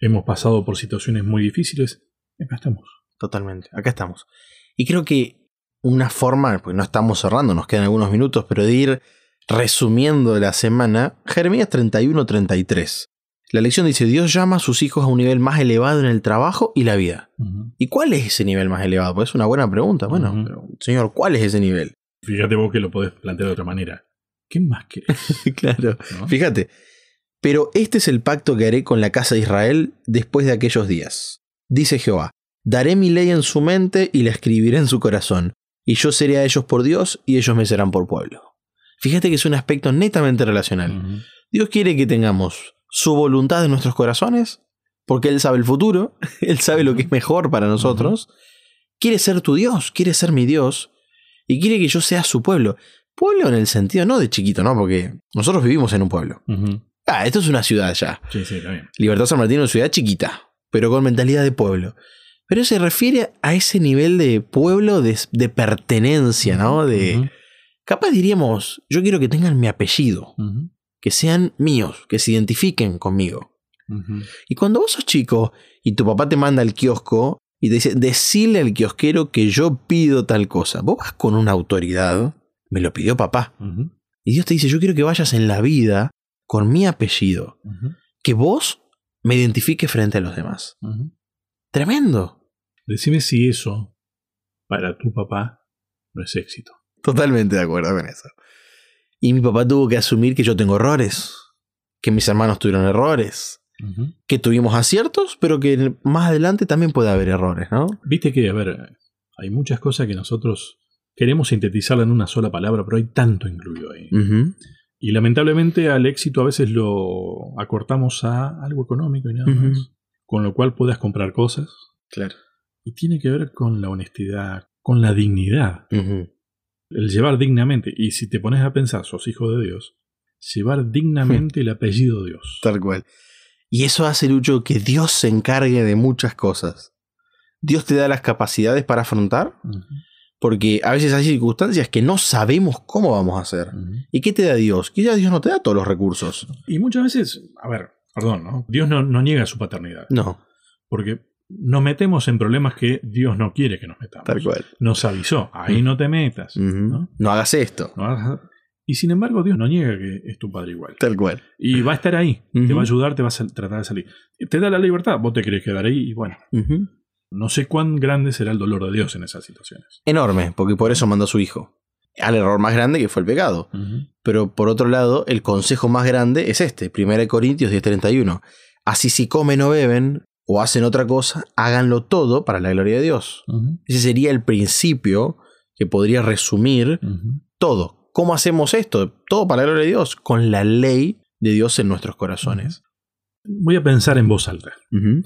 Speaker 1: Hemos pasado por situaciones muy difíciles y acá estamos.
Speaker 2: Totalmente. Acá estamos. Y creo que una forma, porque no estamos cerrando, nos quedan algunos minutos, pero de ir resumiendo la semana, Jeremías 31-33. La lección dice, Dios llama a sus hijos a un nivel más elevado en el trabajo y la vida. ¿Y cuál es ese nivel más elevado? Pues es una buena pregunta. Bueno,
Speaker 1: Ujú.
Speaker 2: pero, señor, ¿cuál es ese nivel?
Speaker 1: Fíjate vos que lo podés plantear de otra manera. ¿Qué más querés?
Speaker 2: claro.
Speaker 1: no?
Speaker 2: Fíjate. Pero este es el pacto que haré con la casa de Israel después de aquellos días. Dice Jehová, daré mi ley en su mente y la escribiré en su corazón, y yo seré a ellos por Dios y ellos me serán por pueblo. Fíjate que es un aspecto netamente relacional.
Speaker 1: Ujú.
Speaker 2: Dios quiere que tengamos su voluntad en nuestros corazones, porque Él sabe el futuro, Él sabe lo que es mejor para nosotros. Quiere ser tu Dios, quiere ser mi Dios, y quiere que yo sea su pueblo. Pueblo en el sentido no de chiquito, ¿no? Porque nosotros vivimos en un pueblo.
Speaker 1: Ujú.
Speaker 2: Ah, esto es una ciudad ya.
Speaker 1: Sí, sí, está bien.
Speaker 2: Libertad San Martín es una ciudad chiquita, pero con mentalidad de pueblo. Pero se refiere a ese nivel de pueblo de, de pertenencia, ¿no? De,
Speaker 1: Ujú.
Speaker 2: Capaz diríamos, yo quiero que tengan mi apellido,
Speaker 1: Ujú.
Speaker 2: que sean míos, que se identifiquen conmigo.
Speaker 1: Ujú.
Speaker 2: Y cuando vos sos chico y tu papá te manda al kiosco y te dice, decile al kiosquero que yo pido tal cosa, vos vas con una autoridad, me lo pidió papá.
Speaker 1: Ujú.
Speaker 2: Y Dios te dice, yo quiero que vayas en la vida con mi apellido,
Speaker 1: Ujú,
Speaker 2: que vos me identifiques frente a los demás.
Speaker 1: ujú.
Speaker 2: Tremendo.
Speaker 1: Decime si eso, para tu papá, no es éxito.
Speaker 2: Totalmente de acuerdo con eso. Y mi papá tuvo que asumir que yo tengo errores, que mis hermanos tuvieron errores,
Speaker 1: Ujú.
Speaker 2: que tuvimos aciertos, pero que más adelante también puede haber errores, ¿no?
Speaker 1: Viste que, a ver, hay muchas cosas que nosotros queremos sintetizarla en una sola palabra, pero hay tanto incluido ahí.
Speaker 2: Ujú,
Speaker 1: Y lamentablemente al éxito a veces lo acortamos a algo económico y nada
Speaker 2: Ujú.
Speaker 1: más. Con lo cual puedas comprar cosas.
Speaker 2: Claro.
Speaker 1: Y tiene que ver con la honestidad, con la dignidad,
Speaker 2: Ujú.
Speaker 1: el llevar dignamente. Y si te pones a pensar, sos hijo de Dios, llevar dignamente el apellido de Dios.
Speaker 2: Tal cual. Y eso hace, Lucho, que Dios se encargue de muchas cosas. Dios te da las capacidades para afrontar,
Speaker 1: Ujú,
Speaker 2: porque a veces hay circunstancias que no sabemos cómo vamos a hacer.
Speaker 1: ujú.
Speaker 2: ¿Y qué te da Dios? Quizás Dios no te da todos los recursos.
Speaker 1: Y muchas veces, a ver, perdón, ¿no? Dios no, no niega su paternidad.
Speaker 2: No,
Speaker 1: Porque nos metemos en problemas que Dios no quiere que nos metamos.
Speaker 2: tal cual. Mm.
Speaker 1: Nos avisó, ahí no te metas.
Speaker 2: Ujú.
Speaker 1: ¿no?
Speaker 2: ¿No? hagas esto.
Speaker 1: No hagas- Y sin embargo, Dios no niega que es tu padre igual.
Speaker 2: Tal cual.
Speaker 1: Y va a estar ahí, te
Speaker 2: Ujú.
Speaker 1: va a ayudar, te va a sal- tratar de salir. Te da la libertad, vos te querés quedar ahí y bueno,
Speaker 2: Ujú.
Speaker 1: no sé cuán grande será el dolor de Dios en esas situaciones.
Speaker 2: Enorme, porque por eso mandó a su hijo. Al error más grande que fue el pecado. Pero por otro lado, el consejo más grande es este, 1 Corintios 10:31. Así si comen o beben o hacen otra cosa, háganlo todo para la gloria de Dios.
Speaker 1: Ujú,
Speaker 2: Ese sería el principio que podría resumir
Speaker 1: ujú.
Speaker 2: todo. ¿Cómo hacemos esto? Todo para la gloria de Dios, con la ley de Dios en nuestros corazones.
Speaker 1: Voy a pensar en voz alta.
Speaker 2: Ujú.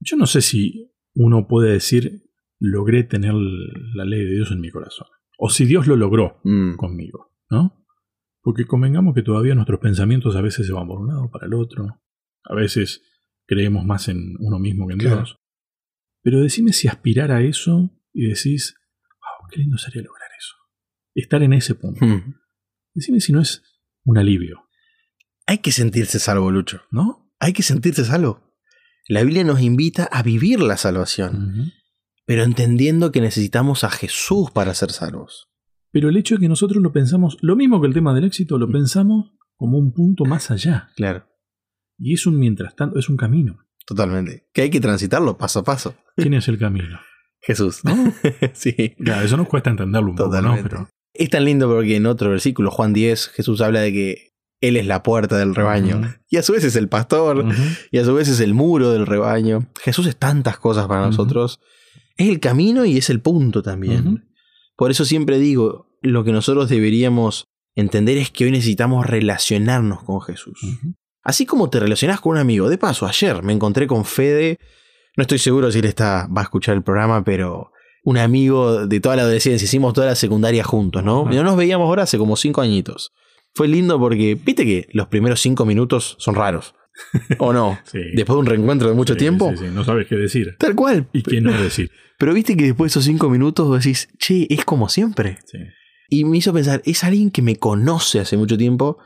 Speaker 1: Yo no sé si uno puede decir, logré tener la ley de Dios en mi corazón. O si Dios lo logró.
Speaker 2: Mm.
Speaker 1: conmigo, ¿no? Porque convengamos que todavía nuestros pensamientos a veces se van por un lado, para el otro. A veces creemos más en uno mismo que en
Speaker 2: Claro.
Speaker 1: Dios. Pero decime si aspirar a eso y decís, wow, qué lindo sería lograr eso. Estar en ese punto.
Speaker 2: Mm.
Speaker 1: Decime si no es un alivio,
Speaker 2: Hay que sentirse salvo, Lucho.
Speaker 1: ¿no?
Speaker 2: Hay que sentirse salvo. La Biblia nos invita a vivir la salvación,
Speaker 1: Ujú.
Speaker 2: pero entendiendo que necesitamos a Jesús para ser salvos.
Speaker 1: Pero el hecho de que nosotros lo pensamos, lo mismo que el tema del éxito,
Speaker 2: Mm.
Speaker 1: lo pensamos como un punto más allá.
Speaker 2: Claro.
Speaker 1: Y es un mientras tanto, es un camino.
Speaker 2: Totalmente. Que hay que transitarlo paso a paso.
Speaker 1: ¿Quién es el camino?
Speaker 2: Jesús.
Speaker 1: ¿No?
Speaker 2: sí.
Speaker 1: Claro, eso nos cuesta entenderlo un
Speaker 2: Totalmente.
Speaker 1: poco, ¿no? Pero-
Speaker 2: Es tan lindo porque en otro versículo, Juan 10, Jesús habla de que Él es la puerta del rebaño.
Speaker 1: Ujú.
Speaker 2: Y a su vez es el pastor,
Speaker 1: Ujú.
Speaker 2: y a su vez es el muro del rebaño. Jesús es tantas cosas para
Speaker 1: Ujú.
Speaker 2: nosotros. Es el camino y es el punto también.
Speaker 1: Ujú.
Speaker 2: Por eso siempre digo, lo que nosotros deberíamos entender es que hoy necesitamos relacionarnos con Jesús.
Speaker 1: Ujú.
Speaker 2: Así como te relacionás con un amigo. De paso, ayer me encontré con Fede. No estoy seguro si él está, va a escuchar el programa, pero un amigo de toda la adolescencia. Hicimos toda la secundaria juntos, ¿no?
Speaker 1: Ajá.
Speaker 2: No nos veíamos ahora hace como cinco añitos. Fue lindo porque, viste que los primeros cinco minutos son raros. ¿O no?
Speaker 1: Sí.
Speaker 2: Después de un reencuentro de mucho
Speaker 1: Sí,
Speaker 2: tiempo.
Speaker 1: sí, sí, No sabes qué decir
Speaker 2: Tal cual.
Speaker 1: y qué no decir.
Speaker 2: Pero viste que después de esos cinco minutos vos decís, che, es como siempre.
Speaker 1: Sí.
Speaker 2: Y me hizo pensar, es alguien que me conoce hace mucho tiempo,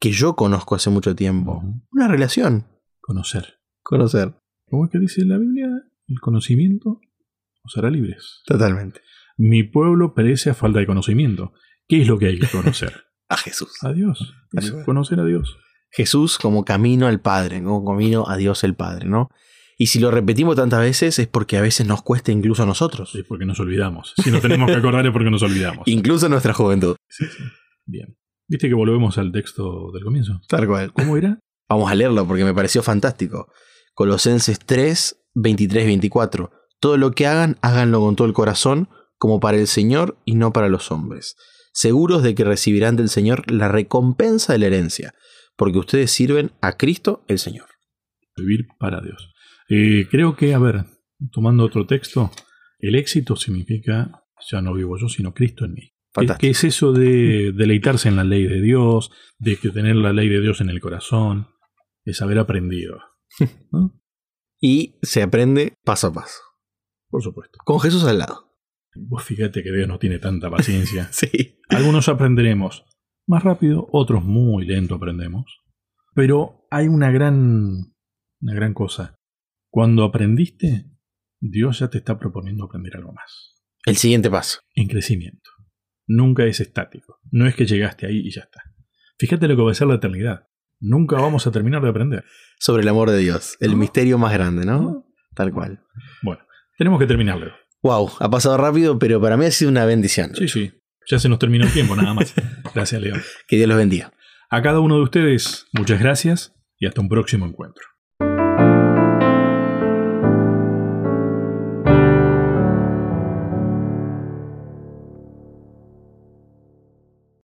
Speaker 2: que yo conozco hace mucho tiempo.
Speaker 1: Ujú.
Speaker 2: Una relación.
Speaker 1: Conocer.
Speaker 2: Conocer.
Speaker 1: ¿Cómo es que dice la Biblia? El conocimiento os hará libres.
Speaker 2: Totalmente.
Speaker 1: Mi pueblo perece a falta de conocimiento. ¿Qué es lo que hay que conocer?
Speaker 2: A Jesús.
Speaker 1: A Dios. Es
Speaker 2: Tal cual.
Speaker 1: conocer a Dios.
Speaker 2: Jesús como camino al Padre, como camino a Dios el Padre, ¿no? Y si lo repetimos tantas veces es porque a veces nos cuesta incluso a nosotros.
Speaker 1: Es porque nos olvidamos. Si nos tenemos que acordar es porque nos olvidamos.
Speaker 2: Incluso a nuestra juventud.
Speaker 1: Sí, sí. Bien. Viste que volvemos al texto del comienzo.
Speaker 2: Tal cual.
Speaker 1: ¿Cómo era?
Speaker 2: Vamos a leerlo porque me pareció fantástico. Colosenses 3, 23, 24. Todo lo que hagan, háganlo con todo el corazón, como para el Señor y no para los hombres. Seguros de que recibirán del Señor la recompensa de la herencia, porque ustedes sirven a Cristo el Señor.
Speaker 1: Vivir para Dios. Eh, creo que, a ver, tomando otro texto, el éxito significa, ya no vivo yo, sino Cristo en mí. Es
Speaker 2: Fantástico.
Speaker 1: que es eso de deleitarse en la ley de Dios, de que tener la ley de Dios en el corazón, es haber aprendido. ¿no?
Speaker 2: Y se aprende paso a paso.
Speaker 1: Por supuesto.
Speaker 2: Con Jesús al lado.
Speaker 1: Vos fíjate que Dios no tiene tanta paciencia.
Speaker 2: Sí.
Speaker 1: Algunos aprenderemos más rápido, otros muy lento aprendemos. Pero hay una gran, una gran cosa. Cuando aprendiste, Dios ya te está proponiendo aprender algo más.
Speaker 2: El siguiente paso.
Speaker 1: en crecimiento. Nunca es estático. No es que llegaste ahí y ya está. Fíjate lo que va a ser la eternidad. Nunca vamos a terminar de aprender.
Speaker 2: Sobre el amor de Dios. El misterio más grande, ¿no? Tal cual.
Speaker 1: Bueno, tenemos que terminarlo.
Speaker 2: Wow, ha pasado rápido, pero para mí ha sido una bendición.
Speaker 1: Sí, sí. Ya se nos terminó el tiempo, nada más. Gracias, Leo.
Speaker 2: Que Dios los bendiga.
Speaker 1: A cada uno de ustedes, muchas gracias y hasta un próximo encuentro.